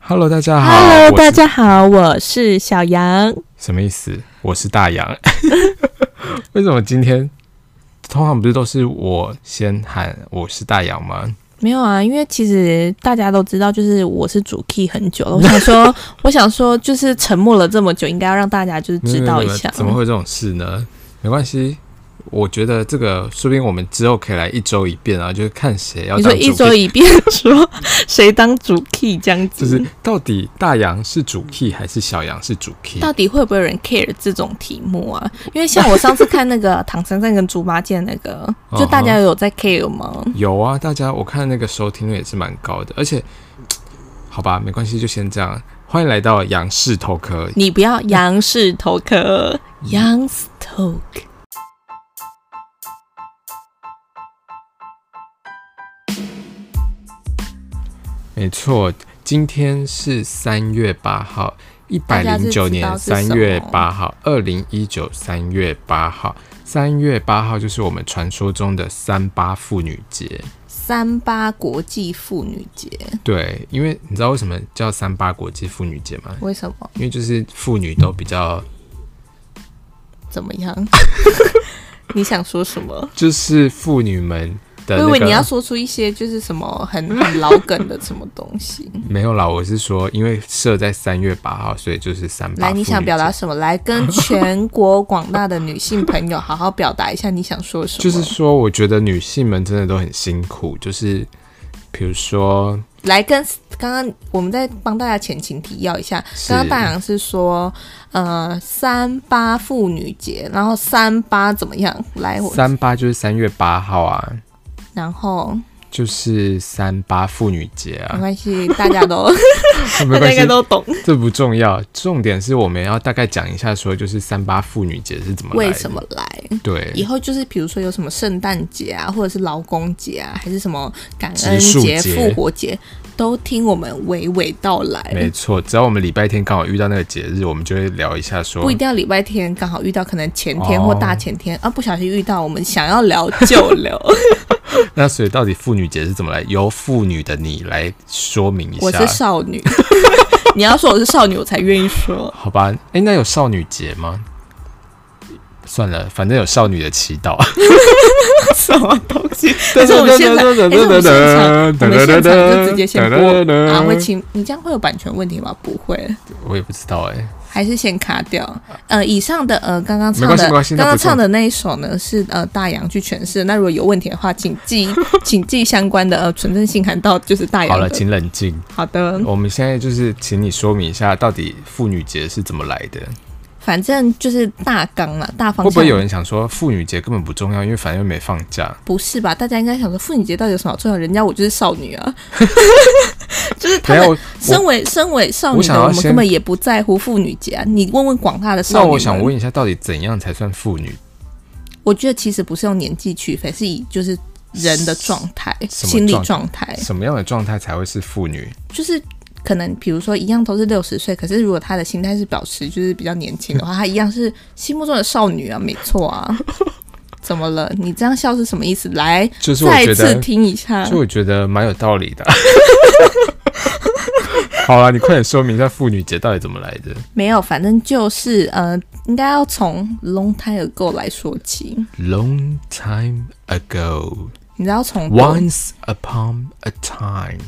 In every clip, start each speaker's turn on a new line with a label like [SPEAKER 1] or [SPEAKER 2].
[SPEAKER 1] Hello，大家好。
[SPEAKER 2] Hello，
[SPEAKER 1] 我
[SPEAKER 2] 大
[SPEAKER 1] 是
[SPEAKER 2] 家好，我是小杨。
[SPEAKER 1] 什么意思？我是大洋。 为什么今天通常不是都是我先喊我是大洋吗？
[SPEAKER 2] 没有啊，因为其实大家都知道，就是我是主 key 很久了。我 想说，我想说，就是沉默了这么久，应该要让大家就是知道一下。
[SPEAKER 1] 怎么会有这种事呢？没关系，我觉得这个说不定我们之后可以来一周一遍啊，就是看谁要
[SPEAKER 2] 你
[SPEAKER 1] 当
[SPEAKER 2] 说
[SPEAKER 1] 主
[SPEAKER 2] 一周
[SPEAKER 1] key，
[SPEAKER 2] 一遍说谁当主 key 这样子，
[SPEAKER 1] 就是到底大洋是主 key 还是小洋是主 key？
[SPEAKER 2] 到底会不会有人 care 这种题目啊？因为像我上次看那个唐三藏跟猪八戒那 个，就大家有在 care 吗？
[SPEAKER 1] 有啊，大家我看那个收听率也是蛮高的，而且好吧，没关系，就先这样。欢迎来到杨氏头壳，
[SPEAKER 2] 你不要杨氏头壳，杨氏头壳。
[SPEAKER 1] 没错，今天是三月八号，一百
[SPEAKER 2] 大家
[SPEAKER 1] 零
[SPEAKER 2] 是知
[SPEAKER 1] 九
[SPEAKER 2] 道
[SPEAKER 1] 年
[SPEAKER 2] 是什
[SPEAKER 1] 三
[SPEAKER 2] 么
[SPEAKER 1] 月八号，二零一九三月八号，三月八号就是我们传说中的三八妇女节。
[SPEAKER 2] 三八国际妇女节，
[SPEAKER 1] 对，因为你知道为什么叫三八国际妇女节吗？
[SPEAKER 2] 为什么？
[SPEAKER 1] 因为就是妇女都比较，
[SPEAKER 2] 怎么 样？你想说什么？
[SPEAKER 1] 就是妇女们的
[SPEAKER 2] 我以
[SPEAKER 1] 呃那
[SPEAKER 2] 为你要
[SPEAKER 1] 个
[SPEAKER 2] 说出一些就是什么很很老梗的什么东西。
[SPEAKER 1] 没有啦，我是说，因为设在三月八号，所以就是三八。
[SPEAKER 2] 来，你想表达？什么？来跟全国广大的女性朋友好好表达一下你想说什么。
[SPEAKER 1] 就是说，我觉得女性们真的都很辛苦，就是比如说，
[SPEAKER 2] 来跟刚刚我们在帮大家前情提要一下，
[SPEAKER 1] 是
[SPEAKER 2] 刚刚大洋是说，呃，三八妇女节，然后三八怎么样？来，我
[SPEAKER 1] 三八就是三月八号啊，
[SPEAKER 2] 然后
[SPEAKER 1] 就是三八妇女节啊，
[SPEAKER 2] 没关系，大家都
[SPEAKER 1] 没
[SPEAKER 2] 大
[SPEAKER 1] 关
[SPEAKER 2] 家
[SPEAKER 1] 系
[SPEAKER 2] 应该，都懂
[SPEAKER 1] 这不重要。重点是我们要大概讲一下，说就是三八妇女节是怎么来的
[SPEAKER 2] 为什么来。以
[SPEAKER 1] 对
[SPEAKER 2] 后就是比如说有什么圣诞节啊，或者是劳工节啊，还是什么感恩
[SPEAKER 1] 植树
[SPEAKER 2] 节、
[SPEAKER 1] 节
[SPEAKER 2] 复活节，都听我们娓娓道来
[SPEAKER 1] 没。错，只要我们礼拜天刚好遇到那个节日，我们就会聊一下说
[SPEAKER 2] 不一定要礼拜天刚好遇到，可能前天
[SPEAKER 1] 哦
[SPEAKER 2] 或大前天、啊，不小心遇到，我们想要聊就 聊。
[SPEAKER 1] 那所以到底妇女节是怎么来？由妇女的你来说明一
[SPEAKER 2] 我
[SPEAKER 1] 下
[SPEAKER 2] 是，少女， 你要说我是少女，我才愿意说。
[SPEAKER 1] 好吧？哎、那有少女节吗？算了，反正有少女的祈祷。
[SPEAKER 2] 什么东西？但是我们现场，但是我们现场，我们现场就直接先播
[SPEAKER 1] 嗯
[SPEAKER 2] 啊，会请你这样会有版权问题吗？不会。
[SPEAKER 1] 我也不知道哎、
[SPEAKER 2] 还是先卡掉。呃，以上的呃，刚刚唱
[SPEAKER 1] 没关系
[SPEAKER 2] 的
[SPEAKER 1] 没关系
[SPEAKER 2] 刚
[SPEAKER 1] 那
[SPEAKER 2] 刚
[SPEAKER 1] 不重要
[SPEAKER 2] 唱的那一首呢，是呃大洋去诠释。那如果有问题的话，请 记请记相关的呃纯正信函到就是大
[SPEAKER 1] 好
[SPEAKER 2] 洋
[SPEAKER 1] 了，
[SPEAKER 2] 的。
[SPEAKER 1] 请冷静。
[SPEAKER 2] 好的，
[SPEAKER 1] 我们现在就是请你说明一下，到底妇女节是怎么来的？
[SPEAKER 2] 反正就是大纲嘛，大方
[SPEAKER 1] 会
[SPEAKER 2] 向。
[SPEAKER 1] 不会有人想说妇女节根本不重要，因为反正又没放假？
[SPEAKER 2] 不是吧？大家应该想说，妇女节到底有什么好重要？人家我就是少 女啊， 就是他
[SPEAKER 1] 等一下
[SPEAKER 2] 们
[SPEAKER 1] 我
[SPEAKER 2] 身为身为少
[SPEAKER 1] 我
[SPEAKER 2] 女
[SPEAKER 1] 想
[SPEAKER 2] 的
[SPEAKER 1] 要
[SPEAKER 2] 我们
[SPEAKER 1] 先
[SPEAKER 2] 根本也不在乎妇女节啊。你问问广大的少
[SPEAKER 1] 那
[SPEAKER 2] 女们，
[SPEAKER 1] 我想问一下，到底怎样才算妇女？
[SPEAKER 2] 我觉得其实不是用年纪区分，是以就是人的状态、
[SPEAKER 1] 什么
[SPEAKER 2] 心理
[SPEAKER 1] 状态
[SPEAKER 2] 状态。
[SPEAKER 1] 什么样的状态才会是妇女？
[SPEAKER 2] 就是可能比如说一样都是六十岁，可是如果她的心态是保持就是比较年 轻的话，她一样是心目中的少女啊，没错啊。 怎么了？你这样笑是什么意思？来，
[SPEAKER 1] 就是我
[SPEAKER 2] 再
[SPEAKER 1] 觉
[SPEAKER 2] 次
[SPEAKER 1] 得，
[SPEAKER 2] 听啊一下
[SPEAKER 1] 就。我觉得蛮有道理的。 好了，你快点说明一下妇女节到底怎么来的。
[SPEAKER 2] 没有，反正就是呃，应该要从 long time ago 来说起。
[SPEAKER 1] Long time ago,
[SPEAKER 2] 你知道从
[SPEAKER 1] once upon a time，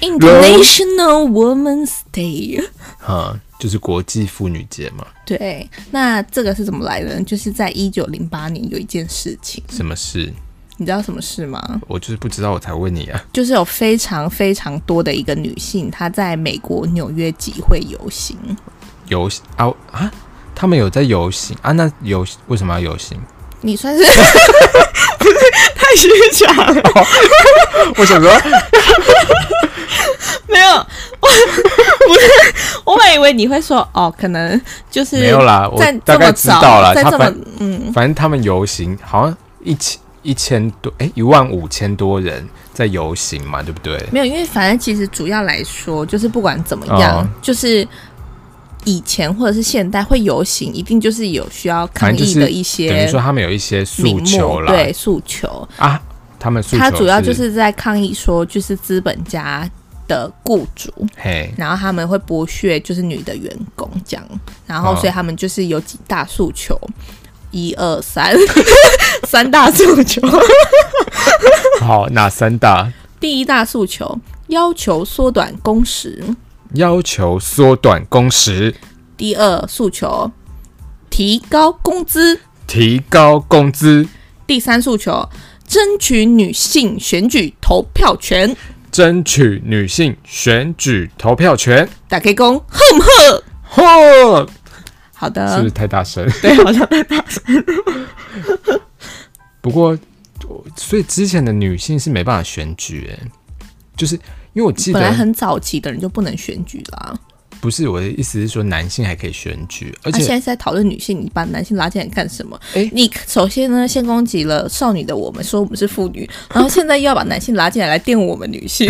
[SPEAKER 2] International Women's Day，
[SPEAKER 1] 哈，就是国际妇女节嘛。
[SPEAKER 2] 对，那这个是怎么来的呢？就是在一九零八年有一件事情，
[SPEAKER 1] 什么事？
[SPEAKER 2] 你知道什么事吗？
[SPEAKER 1] 我就是不知道，我才问你啊。
[SPEAKER 2] 就是有非常非常多的一个女性，她在美国纽约集会游行，
[SPEAKER 1] 游行啊啊，他们有在游行啊？那游行为什么要游行？
[SPEAKER 2] 你算 是太虚假了，
[SPEAKER 1] 我想说，
[SPEAKER 2] 没 有，我不是，我本以为你会说哦，可能就是
[SPEAKER 1] 没有啦，我
[SPEAKER 2] 在
[SPEAKER 1] 大
[SPEAKER 2] 这么
[SPEAKER 1] 概知道
[SPEAKER 2] 早，
[SPEAKER 1] 啦。
[SPEAKER 2] 在
[SPEAKER 1] 他
[SPEAKER 2] 这么
[SPEAKER 1] 反
[SPEAKER 2] 嗯，
[SPEAKER 1] 反正他们游行好像一千一千多，哎、一万五千多人在游行嘛，对不对？
[SPEAKER 2] 没有，因为反正其实主要来说，就是不管怎么样，
[SPEAKER 1] 哦
[SPEAKER 2] 就是。以前或者是现代会游行，一定就是有需要抗
[SPEAKER 1] 反正就
[SPEAKER 2] 议
[SPEAKER 1] 是
[SPEAKER 2] 的一
[SPEAKER 1] 等于
[SPEAKER 2] 些
[SPEAKER 1] 说他们有一些诉
[SPEAKER 2] 名
[SPEAKER 1] 求
[SPEAKER 2] 目，
[SPEAKER 1] 啦，
[SPEAKER 2] 对诉求。
[SPEAKER 1] 啊，他们诉求
[SPEAKER 2] 他主要就是是在抗议说，就是资本家的雇主，
[SPEAKER 1] 嘿，
[SPEAKER 2] 然后他们会剥削就是女的员工这样，然后
[SPEAKER 1] 哦
[SPEAKER 2] 所以他们就是有几大诉求，一 二三，三大诉求。
[SPEAKER 1] 好，哪三大？
[SPEAKER 2] 第一大诉求要求缩短工时，
[SPEAKER 1] 要求缩短工时，
[SPEAKER 2] 第二诉求提高工资，
[SPEAKER 1] 提高工资，
[SPEAKER 2] 第三诉求争取女性选举投票权。
[SPEAKER 1] 争取女性选举投票权。
[SPEAKER 2] 打开工，
[SPEAKER 1] 嚯，
[SPEAKER 2] 好
[SPEAKER 1] 是不
[SPEAKER 2] 的
[SPEAKER 1] 是，太大声？
[SPEAKER 2] 嗯对，好像
[SPEAKER 1] 不过，所以之前的女性是没办法选举，哎，就是因为我记
[SPEAKER 2] 本来
[SPEAKER 1] 得
[SPEAKER 2] 很早期的人就不能选举啦，
[SPEAKER 1] 不是我的意思是说男性还可以选举，而
[SPEAKER 2] 而现
[SPEAKER 1] 且
[SPEAKER 2] 在是在讨论女性，你把男性拉进来干什么？
[SPEAKER 1] 诶
[SPEAKER 2] 你首先呢，先攻击了少女的我们，说我们是妇 女，然后现在又要把男性拉进来来玷污我们女性。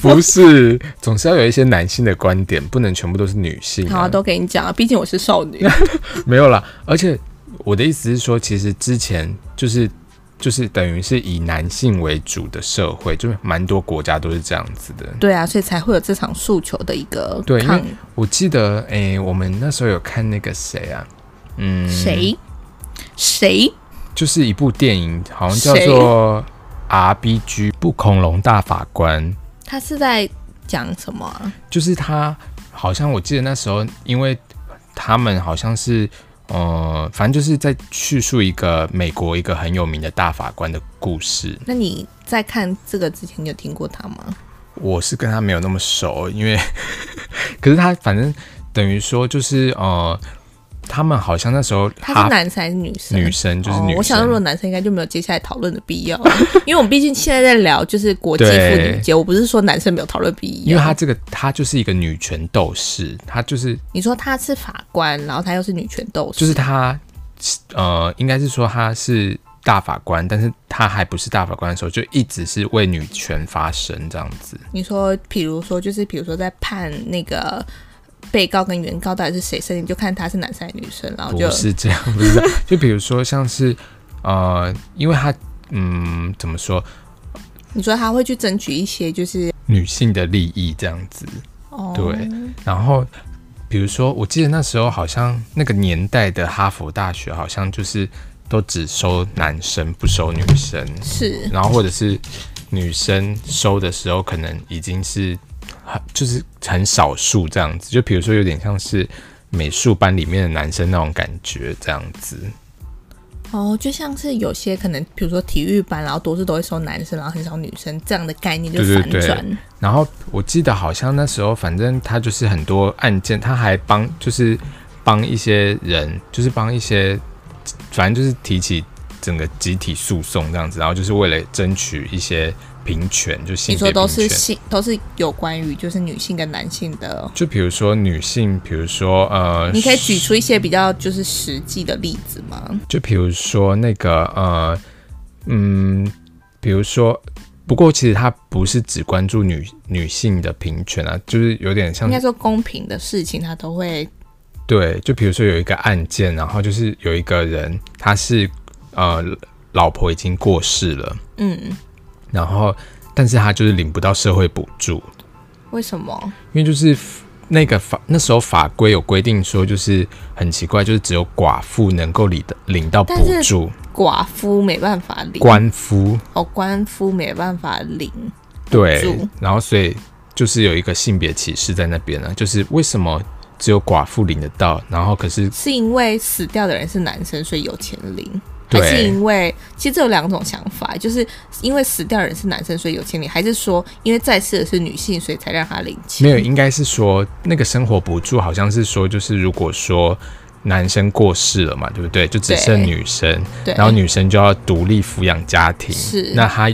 [SPEAKER 1] 不是总是要有一些男性的观点，不能全部都是女性、
[SPEAKER 2] 好、啊，
[SPEAKER 1] 啊。
[SPEAKER 2] 都给你讲了，毕竟我是少女。
[SPEAKER 1] 没有啦，而且我的意思是说，其实之前就是就是等于是以男性为主的社会，就是蛮多国家都是这样子的。
[SPEAKER 2] 对啊，所以才会有这场诉求的一个
[SPEAKER 1] 对因为
[SPEAKER 2] 抗
[SPEAKER 1] 我记得，诶，我们那时候有看那个谁啊，嗯，
[SPEAKER 2] 谁谁
[SPEAKER 1] 就是一部电影，好像叫做 RBG 不恐龙大法官，
[SPEAKER 2] 他是在讲什么啊、
[SPEAKER 1] 就是他好像我记得那时候，因为他们好像是。呃，反正就是在叙述一个美国一个很有名的大法官的故事。
[SPEAKER 2] 那你在看这个之前，你有听过他吗？
[SPEAKER 1] 我是跟他没有那么熟，因为 可是他反正等于说就是呃，他们好像那时候
[SPEAKER 2] 他是
[SPEAKER 1] 哈
[SPEAKER 2] 男生还是女生？
[SPEAKER 1] 女生就是女
[SPEAKER 2] 哦、我想，如果
[SPEAKER 1] 生，
[SPEAKER 2] 男生应该就没有接下来讨论的必要，因为我们毕竟现在在聊就是国际妇
[SPEAKER 1] 对
[SPEAKER 2] 女节，我不是说男生没有讨论必要。
[SPEAKER 1] 因为他这个他就是一个女权斗士，他就是
[SPEAKER 2] 你说他是法官，然后他又是女权斗士，
[SPEAKER 1] 就是他，呃，应该是说他是大法官，但是他还不是大法官的时候，就一直是为女权发声这样子。
[SPEAKER 2] 你说，比如说，就是比如说在判那个被告跟原告到底是谁胜利，你就看他是男生还是女生，然后哦就
[SPEAKER 1] 不是这样，不是这 样。就比如说像是，呃，因为他，嗯，怎么说，
[SPEAKER 2] 你说他会去争取一些就是
[SPEAKER 1] 女性的利益这样子。
[SPEAKER 2] 哦，
[SPEAKER 1] 对，然后比如说，我记得那时候好像那个年代的哈佛大学好像就是都只收男生，不收女生。
[SPEAKER 2] 是
[SPEAKER 1] 然后或者是女生收的时候，可能已经是很就是很少数这样子，就比如说有点像是美术班里面的男生那种感觉这样子。
[SPEAKER 2] 哦，就像是有些可能，比如说体育班，然啊后多数都会收男生，然后很少女生这样的概念就
[SPEAKER 1] 对对
[SPEAKER 2] 反转。
[SPEAKER 1] 然后我记得好像那时候，反正他就是很多案件，他还帮就是帮一些人，就是帮一些，反正就是提起整个集体诉讼这样子，然后就是为了争取一些平权，就性别平
[SPEAKER 2] 你说
[SPEAKER 1] 权。
[SPEAKER 2] 都是性，都是有关于就是女性跟男性的。
[SPEAKER 1] 就比如说女性，比如说呃，
[SPEAKER 2] 你可以举出一些比较就是实际的例子吗？
[SPEAKER 1] 就比如说那个呃，嗯，比如说，不过其实他不是只关注女女性的平权啊，就是有点像
[SPEAKER 2] 应该说公平的事情，他都会
[SPEAKER 1] 对，就比如说有一个案件，然后就是有一个人他是呃老婆已经过世了，
[SPEAKER 2] 嗯。
[SPEAKER 1] 然后但是他就是领不到社会补助，
[SPEAKER 2] 为什么？
[SPEAKER 1] 因为就是那个法那时候法规有规定说，就是很奇怪，就是只有寡妇能够领的领到补
[SPEAKER 2] 但是
[SPEAKER 1] 助，
[SPEAKER 2] 寡妇没办法领，
[SPEAKER 1] 官夫
[SPEAKER 2] 哦，官夫没办法领，
[SPEAKER 1] 对
[SPEAKER 2] 助，
[SPEAKER 1] 然后所以就是有一个性别歧视在那边呢、就是为什么只有寡妇领得到，然后可是
[SPEAKER 2] 是因为死掉的人是男生，所以有钱领，还
[SPEAKER 1] 对
[SPEAKER 2] 是因为其实这有两种想法，就是因为死掉的人是男生，所以有钱领，还是说因为在世的是女性，所以才让他领钱？
[SPEAKER 1] 没有，应该是说那个生活补助好像是说，就是如果说男生过世了嘛，对不对？就只剩
[SPEAKER 2] 对
[SPEAKER 1] 女生，
[SPEAKER 2] 对，
[SPEAKER 1] 然后女生就要独立抚养家庭。
[SPEAKER 2] 是
[SPEAKER 1] 那她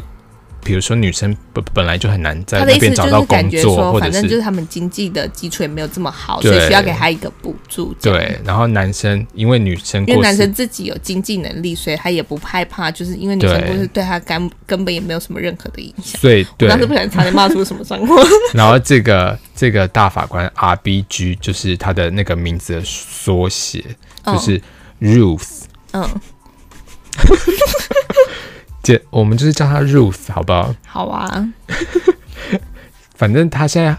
[SPEAKER 1] 比如说女生本本来就很难在
[SPEAKER 2] 他的
[SPEAKER 1] 那
[SPEAKER 2] 意思
[SPEAKER 1] 边
[SPEAKER 2] 就
[SPEAKER 1] 找到
[SPEAKER 2] 是感
[SPEAKER 1] 工
[SPEAKER 2] 觉
[SPEAKER 1] 作，
[SPEAKER 2] 说，
[SPEAKER 1] 或
[SPEAKER 2] 反
[SPEAKER 1] 者
[SPEAKER 2] 正
[SPEAKER 1] 是
[SPEAKER 2] 就是他们经济的基础也没有这么好，
[SPEAKER 1] 对
[SPEAKER 2] 所以需要给他一个补助。这样，
[SPEAKER 1] 对。然后男生因为女生
[SPEAKER 2] 因为
[SPEAKER 1] 过
[SPEAKER 2] 男
[SPEAKER 1] 世
[SPEAKER 2] 生，自己有经济能力，所以他也不害怕，就是因为女生
[SPEAKER 1] 对
[SPEAKER 2] 不是对他根根本也没有什么任何的影响。
[SPEAKER 1] 所以
[SPEAKER 2] 我
[SPEAKER 1] 对
[SPEAKER 2] 当，时不小心差点骂出什么脏话。
[SPEAKER 1] 然后这个这个大法官 R B G 就是他的那个名字的缩写，就
[SPEAKER 2] 嗯
[SPEAKER 1] 是 Ruth。
[SPEAKER 2] 嗯，
[SPEAKER 1] 姐，我们就是叫她 Ruth 好不好？
[SPEAKER 2] 好啊。
[SPEAKER 1] 反正他现在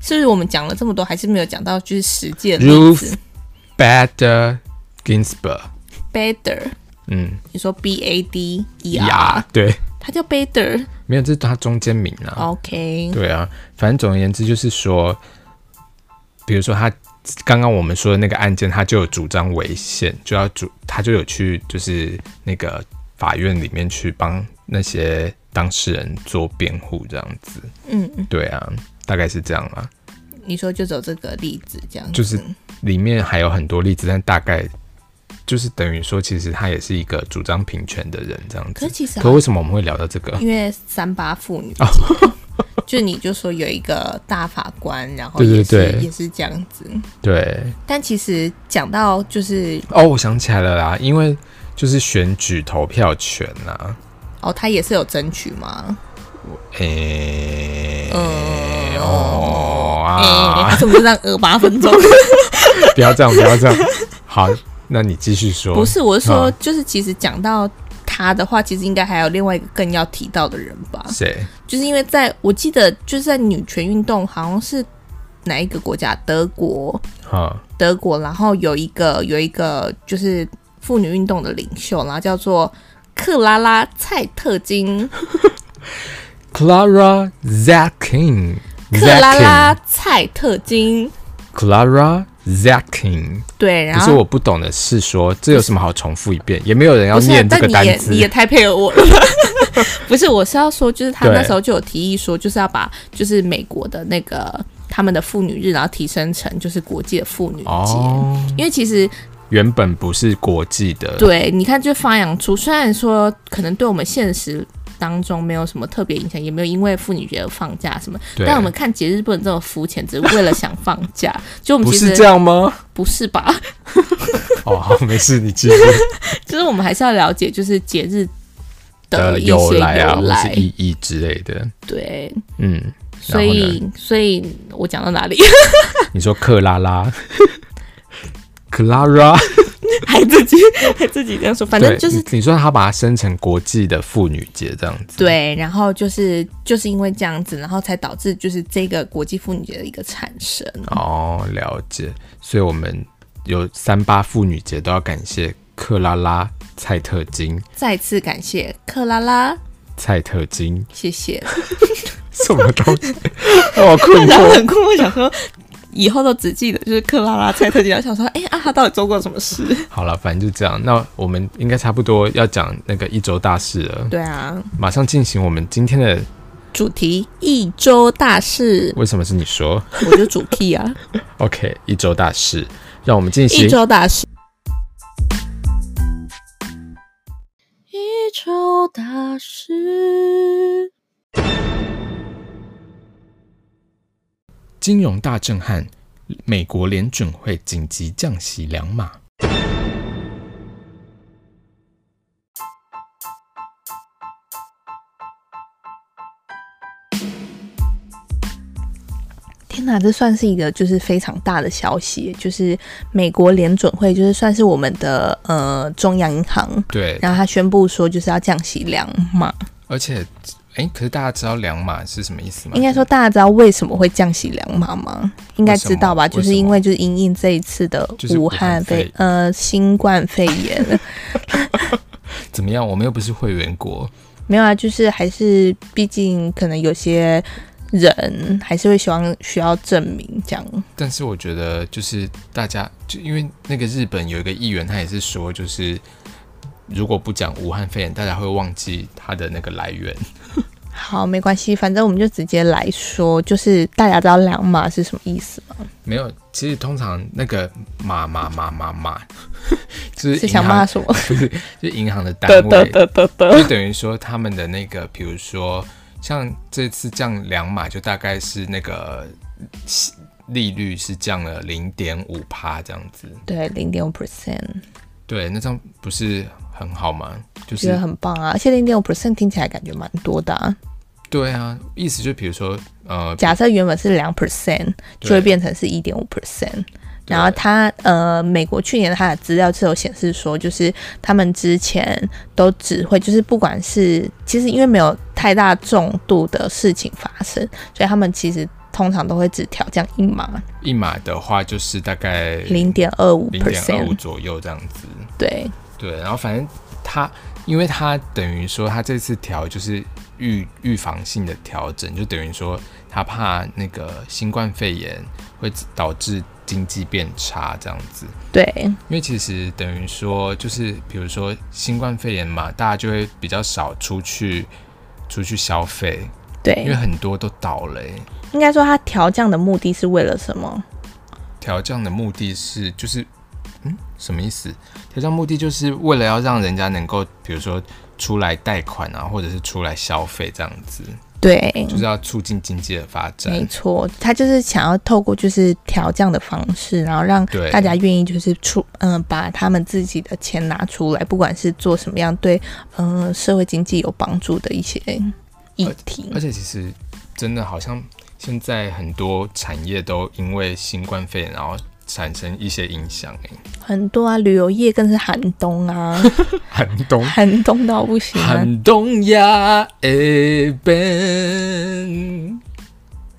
[SPEAKER 2] 是不是我们讲了这么多，还是没有讲到就是实际的例
[SPEAKER 1] Ruth
[SPEAKER 2] 子
[SPEAKER 1] Bader Ginsburg，
[SPEAKER 2] ？Bader，
[SPEAKER 1] 嗯
[SPEAKER 2] 你说 B A D E
[SPEAKER 1] 呀
[SPEAKER 2] R，，
[SPEAKER 1] 对，
[SPEAKER 2] 他叫 Bader。
[SPEAKER 1] 没有，这是他中间名啊。
[SPEAKER 2] OK，
[SPEAKER 1] 对啊，反正总而言之就是说，比如说他刚刚我们说的那个案件，他就有主张违宪，就要主他就有去就是那个法院里面去帮那些当事人做辩护这样子。
[SPEAKER 2] 嗯嗯，
[SPEAKER 1] 对啊，大概是这样啦。
[SPEAKER 2] 你说就走这个例子这样子，
[SPEAKER 1] 就是里面还有很多例子，但大概就是等于说，其实他也是一个主张平权的人这样
[SPEAKER 2] 可
[SPEAKER 1] 子
[SPEAKER 2] 是。其实
[SPEAKER 1] 可
[SPEAKER 2] 好
[SPEAKER 1] 为什么我们哦会聊到这个？
[SPEAKER 2] 因为三八妇女节， 就你就说有一个大法官，然后
[SPEAKER 1] 对对
[SPEAKER 2] 也是
[SPEAKER 1] 对
[SPEAKER 2] 也是这样子。
[SPEAKER 1] 对，
[SPEAKER 2] 但其实讲到就是
[SPEAKER 1] 哦，我想起来了啦，因为就是选举投票权啊，
[SPEAKER 2] 哦，他也是有争取嘛，
[SPEAKER 1] 诶、
[SPEAKER 2] 嗯
[SPEAKER 1] 哦
[SPEAKER 2] 哎、
[SPEAKER 1] 啊，
[SPEAKER 2] 怎么就这样呃八分钟？
[SPEAKER 1] 不要这样，不要这样。 好，那你继续说。
[SPEAKER 2] 不是，我是说
[SPEAKER 1] 嗯，
[SPEAKER 2] 就是其实讲到他的话，其实应该还有另外一个更要提到的人吧，
[SPEAKER 1] 谁？
[SPEAKER 2] 就是因为在我记得就是在女权运动，好像是哪一个国家？德国，
[SPEAKER 1] 哈，
[SPEAKER 2] 德国，然后有一个有一个就是妇女运动的领袖，然后叫做克拉拉·蔡特金，
[SPEAKER 1] Clara Zetkin。
[SPEAKER 2] 克拉拉·蔡特金，
[SPEAKER 1] Clara Zetkin。
[SPEAKER 2] 对，然
[SPEAKER 1] 可是
[SPEAKER 2] 后
[SPEAKER 1] 我不懂的是说，这有什么好重复一遍？也没有人要
[SPEAKER 2] 不是啊，
[SPEAKER 1] 念这
[SPEAKER 2] 但
[SPEAKER 1] 个
[SPEAKER 2] 你
[SPEAKER 1] 单
[SPEAKER 2] 也
[SPEAKER 1] 词
[SPEAKER 2] 你。也太配合我 了吧？不是，我是要说，就是他
[SPEAKER 1] 对
[SPEAKER 2] 那时候就有提议说，就是要把就是美国的那个他们的妇女日，然后提升成就是国际的妇女节。
[SPEAKER 1] 哦，
[SPEAKER 2] 因为其实
[SPEAKER 1] 原本不是国际的，
[SPEAKER 2] 对，你看，就发扬出，虽然说可能对我们现实当中没有什么特别影响，也没有因为妇女节而放假什么，
[SPEAKER 1] 对
[SPEAKER 2] 但我们看节日不能这么肤浅，只是为了想放假。就我们
[SPEAKER 1] 不
[SPEAKER 2] 其
[SPEAKER 1] 是
[SPEAKER 2] 实
[SPEAKER 1] 这样吗？
[SPEAKER 2] 不是吧？
[SPEAKER 1] 哦，好，没事，你继续。
[SPEAKER 2] 就是我们还是要了解，就是节日
[SPEAKER 1] 的
[SPEAKER 2] 一些由
[SPEAKER 1] 来啊，或是
[SPEAKER 2] 来
[SPEAKER 1] 意义之类的。
[SPEAKER 2] 对，
[SPEAKER 1] 嗯，然
[SPEAKER 2] 所
[SPEAKER 1] 后呢
[SPEAKER 2] 以，所以我讲到哪里
[SPEAKER 1] 你说克拉拉，Clara，
[SPEAKER 2] 还自己 还自己这样说，反正
[SPEAKER 1] 对嗯
[SPEAKER 2] 就是
[SPEAKER 1] 你你说他把它生成国际的妇女节这样子。
[SPEAKER 2] 对，然后就是就是因为这样子，然后才导致就是这个国际妇女节的一个产生。
[SPEAKER 1] 哦，了解。所以我们有三八妇女节都要感谢克拉拉、蔡特金、
[SPEAKER 2] 再次感谢克拉拉，
[SPEAKER 1] 蔡特金
[SPEAKER 2] 谢谢。
[SPEAKER 1] 什么东西， 让我困
[SPEAKER 2] 然后
[SPEAKER 1] 惑。
[SPEAKER 2] 很困惑，想说以后都只记得就是克拉拉蔡特金，然后想说，哎、啊，他到底做过什 么事？
[SPEAKER 1] 好了，反正就这样。那我们应该差不多要讲那个一周大事了，
[SPEAKER 2] 对啊，
[SPEAKER 1] 马上进行我们今天的。
[SPEAKER 2] 主题一周大事，
[SPEAKER 1] 为什么是你说？
[SPEAKER 2] 我就主 key 啊，
[SPEAKER 1] OK，一周大事，让我们进行
[SPEAKER 2] 一。周大事。一周大事，
[SPEAKER 1] 金融大震撼，美国联准会紧急降息两码。
[SPEAKER 2] 天哪，这算是一个就是非常大的消息，就是美国联准会就是算是我们的呃中央银行，
[SPEAKER 1] 对，
[SPEAKER 2] 然后他宣布说就是要降息两码，
[SPEAKER 1] 而且，哎、可是大家知道两码是什么意思吗？
[SPEAKER 2] 应该说大家知道为什么会降息两码吗？应该知道吧，
[SPEAKER 1] 为什么
[SPEAKER 2] 就是因为就是因应这一次的
[SPEAKER 1] 就是武
[SPEAKER 2] 武
[SPEAKER 1] 汉
[SPEAKER 2] 汉
[SPEAKER 1] 肺
[SPEAKER 2] 肺呃新冠肺炎，
[SPEAKER 1] 怎么样？我们又不是会员国，
[SPEAKER 2] 没有啊，就是还是毕竟可能有些人还是会希望需要证明这样。
[SPEAKER 1] 但是我觉得就是大家就因为那个日本有一个议员，他也是说，就是如果不讲武汉肺炎，大家会忘记它的那个来源。
[SPEAKER 2] 好，没关系，反正我们就直接来说，就是大家知道两码是什么意思吗？
[SPEAKER 1] 没有，其实通常那个码码码码 码，就是
[SPEAKER 2] 是
[SPEAKER 1] 银
[SPEAKER 2] 想骂
[SPEAKER 1] 行，
[SPEAKER 2] 什么？
[SPEAKER 1] 不是，就是银行的 单
[SPEAKER 2] 得得
[SPEAKER 1] 位，
[SPEAKER 2] 得得
[SPEAKER 1] 就
[SPEAKER 2] 得，
[SPEAKER 1] 等于说他们的那个，比如说像这次降两码，就大概是那个息利率是降了零点五趴这样子。
[SPEAKER 2] 对，零点五 percent，
[SPEAKER 1] 对，那这样不是很好吗？就
[SPEAKER 2] 觉得
[SPEAKER 1] 是
[SPEAKER 2] 很棒啊，而且零点五 percent 听起来感觉蛮多的、啊。
[SPEAKER 1] 对啊，意思就比如说呃，
[SPEAKER 2] 假设原本是两 percent，
[SPEAKER 1] 对
[SPEAKER 2] 就会变成是一点五 percent。
[SPEAKER 1] 对
[SPEAKER 2] 然后它呃，美国去年它的资料是有显示说，就是他们之前都只会，就是不管是其实因为没有太大重度的事情发生，所以他们其实通常都会只调降一码，
[SPEAKER 1] 一码的话就是大概
[SPEAKER 2] 零点二五
[SPEAKER 1] 零点二五
[SPEAKER 2] percent。
[SPEAKER 1] 左右这样子。
[SPEAKER 2] 对，
[SPEAKER 1] 对，然后反正他，因为他等于说他这次调就是预预防性的调整，就等于说他怕那个新冠肺炎会导致经济变差这样子。
[SPEAKER 2] 对，
[SPEAKER 1] 因为其实等于说就是比如说新冠肺炎嘛，大家就会比较少出去出去消费，因为
[SPEAKER 2] 对。
[SPEAKER 1] 很多都倒了、欸。
[SPEAKER 2] 应该说，它调降的目的是为了什么？
[SPEAKER 1] 调降的目的是就是，嗯，什么意思？调降目的就是为了要让人家能够，比如说出来贷款啊，或者是出来消费这样子，
[SPEAKER 2] 对，
[SPEAKER 1] 就是要促进经济的发
[SPEAKER 2] 没
[SPEAKER 1] 展。
[SPEAKER 2] 错，他就是想要透过就是调降的方式，然后让
[SPEAKER 1] 对
[SPEAKER 2] 大家愿意就是出嗯、把他们自己的钱拿出来，不管是做什么样对嗯、呃社会经济有帮助的一些议题
[SPEAKER 1] 而。且其实真的好像现在很多产业都因为新冠肺炎，然后产生一些影响、欸。
[SPEAKER 2] 很多啊，旅游业更是寒冬 啊，
[SPEAKER 1] 寒冬，
[SPEAKER 2] 寒冬到不行啊！
[SPEAKER 1] 寒冬呀，哎一边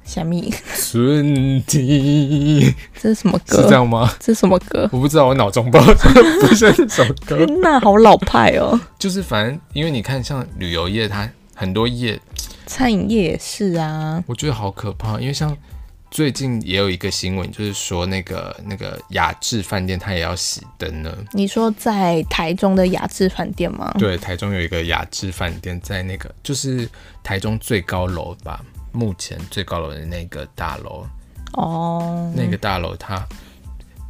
[SPEAKER 2] 小米，
[SPEAKER 1] 春天，
[SPEAKER 2] 这是什么
[SPEAKER 1] 是这
[SPEAKER 2] 歌？
[SPEAKER 1] 样吗？
[SPEAKER 2] 这是什么歌？
[SPEAKER 1] 我不知道，我脑中不知道不是这首 歌。
[SPEAKER 2] 天呐，好老派哦！
[SPEAKER 1] 就是反正因为你看，像旅游业，它很多业，
[SPEAKER 2] 餐饮业也是啊，
[SPEAKER 1] 我觉得好可怕。因为像最近也有一个新闻，就是说那个那个雅致饭店，它也要熄灯了。
[SPEAKER 2] 你说在台中的雅致饭店吗？
[SPEAKER 1] 对，台中有一个雅致饭店，在那个就是台中最高楼吧，目前最高楼的那个大楼，
[SPEAKER 2] 哦，
[SPEAKER 1] 那个大楼它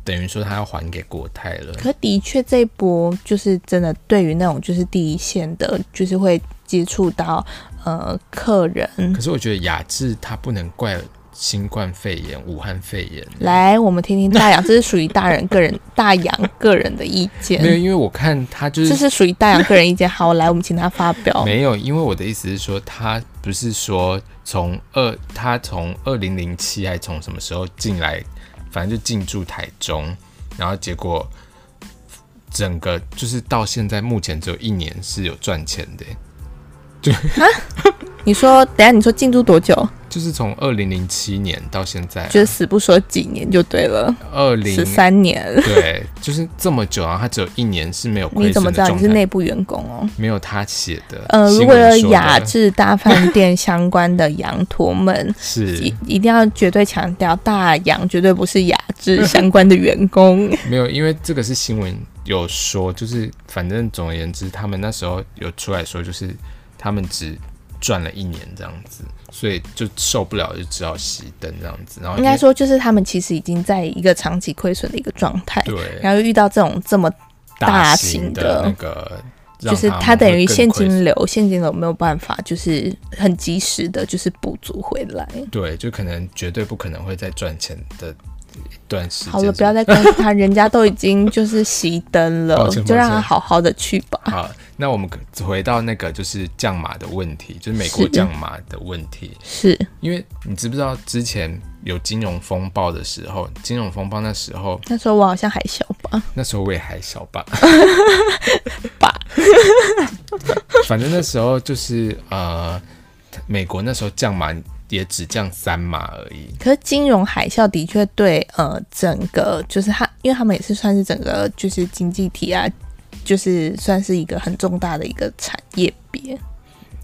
[SPEAKER 1] 等于说它要还给国泰了。
[SPEAKER 2] 可的确，这一波就是真的，对于那种就是第一线的，就是会接触到呃客人。
[SPEAKER 1] 可是我觉得雅致它不能怪新冠肺炎、武汉肺炎。
[SPEAKER 2] 来，我们听听大洋，这是属于大人个人大洋个人的意见
[SPEAKER 1] 没，有，因为我看它就是
[SPEAKER 2] 这是哦属于大洋个人意见。好，来，我们请他发表。
[SPEAKER 1] 没有，因为我的意思是说，他不是说从二，他从二零零七还从什么时候进来，反正就进驻台中，然后结果整个就是到现在目前只有一年是有赚钱的，
[SPEAKER 2] 你说，等一下你说进驻多久？
[SPEAKER 1] 就是从二零零七年到现在
[SPEAKER 2] 就是死不说几年就对了，
[SPEAKER 1] 二零
[SPEAKER 2] 十三年。
[SPEAKER 1] 对，就是这么久，然后他只有一年是没有亏
[SPEAKER 2] 你怎
[SPEAKER 1] 损
[SPEAKER 2] 么
[SPEAKER 1] 的
[SPEAKER 2] 知道你
[SPEAKER 1] 状
[SPEAKER 2] 是
[SPEAKER 1] 态，
[SPEAKER 2] 内部员工哦？
[SPEAKER 1] 没有他写的，
[SPEAKER 2] 呃，
[SPEAKER 1] 新闻
[SPEAKER 2] 如果有
[SPEAKER 1] 说的
[SPEAKER 2] 雅致大饭店相关的羊驼们，
[SPEAKER 1] 是
[SPEAKER 2] 一一定要绝对强调，大洋绝对不是雅 致相关的员工。
[SPEAKER 1] 没有，因为这个是新闻有说，就是反正总而言之，他们那时候有出来说，就是他们只赚了一年这样子，所以就受不了，就只好熄灯这样子。然后
[SPEAKER 2] 应该说，就是他们其实已经在一个长期亏损的一个状态，
[SPEAKER 1] 对
[SPEAKER 2] 然后又遇到这种这么，大
[SPEAKER 1] 型
[SPEAKER 2] 型的
[SPEAKER 1] 那个，让
[SPEAKER 2] 就是
[SPEAKER 1] 他
[SPEAKER 2] 它
[SPEAKER 1] 们
[SPEAKER 2] 等
[SPEAKER 1] 会
[SPEAKER 2] 于
[SPEAKER 1] 更
[SPEAKER 2] 现
[SPEAKER 1] 亏
[SPEAKER 2] 金流，现金流没有办法，就是很及时的，就是补足回来。
[SPEAKER 1] 对，就可能绝对不可能会再赚钱的一段时间。
[SPEAKER 2] 好了，不要再告诉他，人家都已经就是熄灯
[SPEAKER 1] 抱
[SPEAKER 2] 了
[SPEAKER 1] 歉，
[SPEAKER 2] 就让
[SPEAKER 1] 抱
[SPEAKER 2] 他
[SPEAKER 1] 歉
[SPEAKER 2] 好好的去吧。
[SPEAKER 1] 好，那我们回到那个就是降码的问题，就是美国
[SPEAKER 2] 是
[SPEAKER 1] 降码的问题。
[SPEAKER 2] 是，
[SPEAKER 1] 因为你知不知道之前有金融风暴的时候，金融风暴那时候，
[SPEAKER 2] 那时候我好像还小吧，
[SPEAKER 1] 那时候我也还小 吧，
[SPEAKER 2] 吧，
[SPEAKER 1] 反正那时候就是呃，美国那时候降码也只降三码而已，
[SPEAKER 2] 可是金融海啸的确对呃整个就是它，因为他们也是算是整个就是经济体啊，就是算是一个很重大的一个产业别。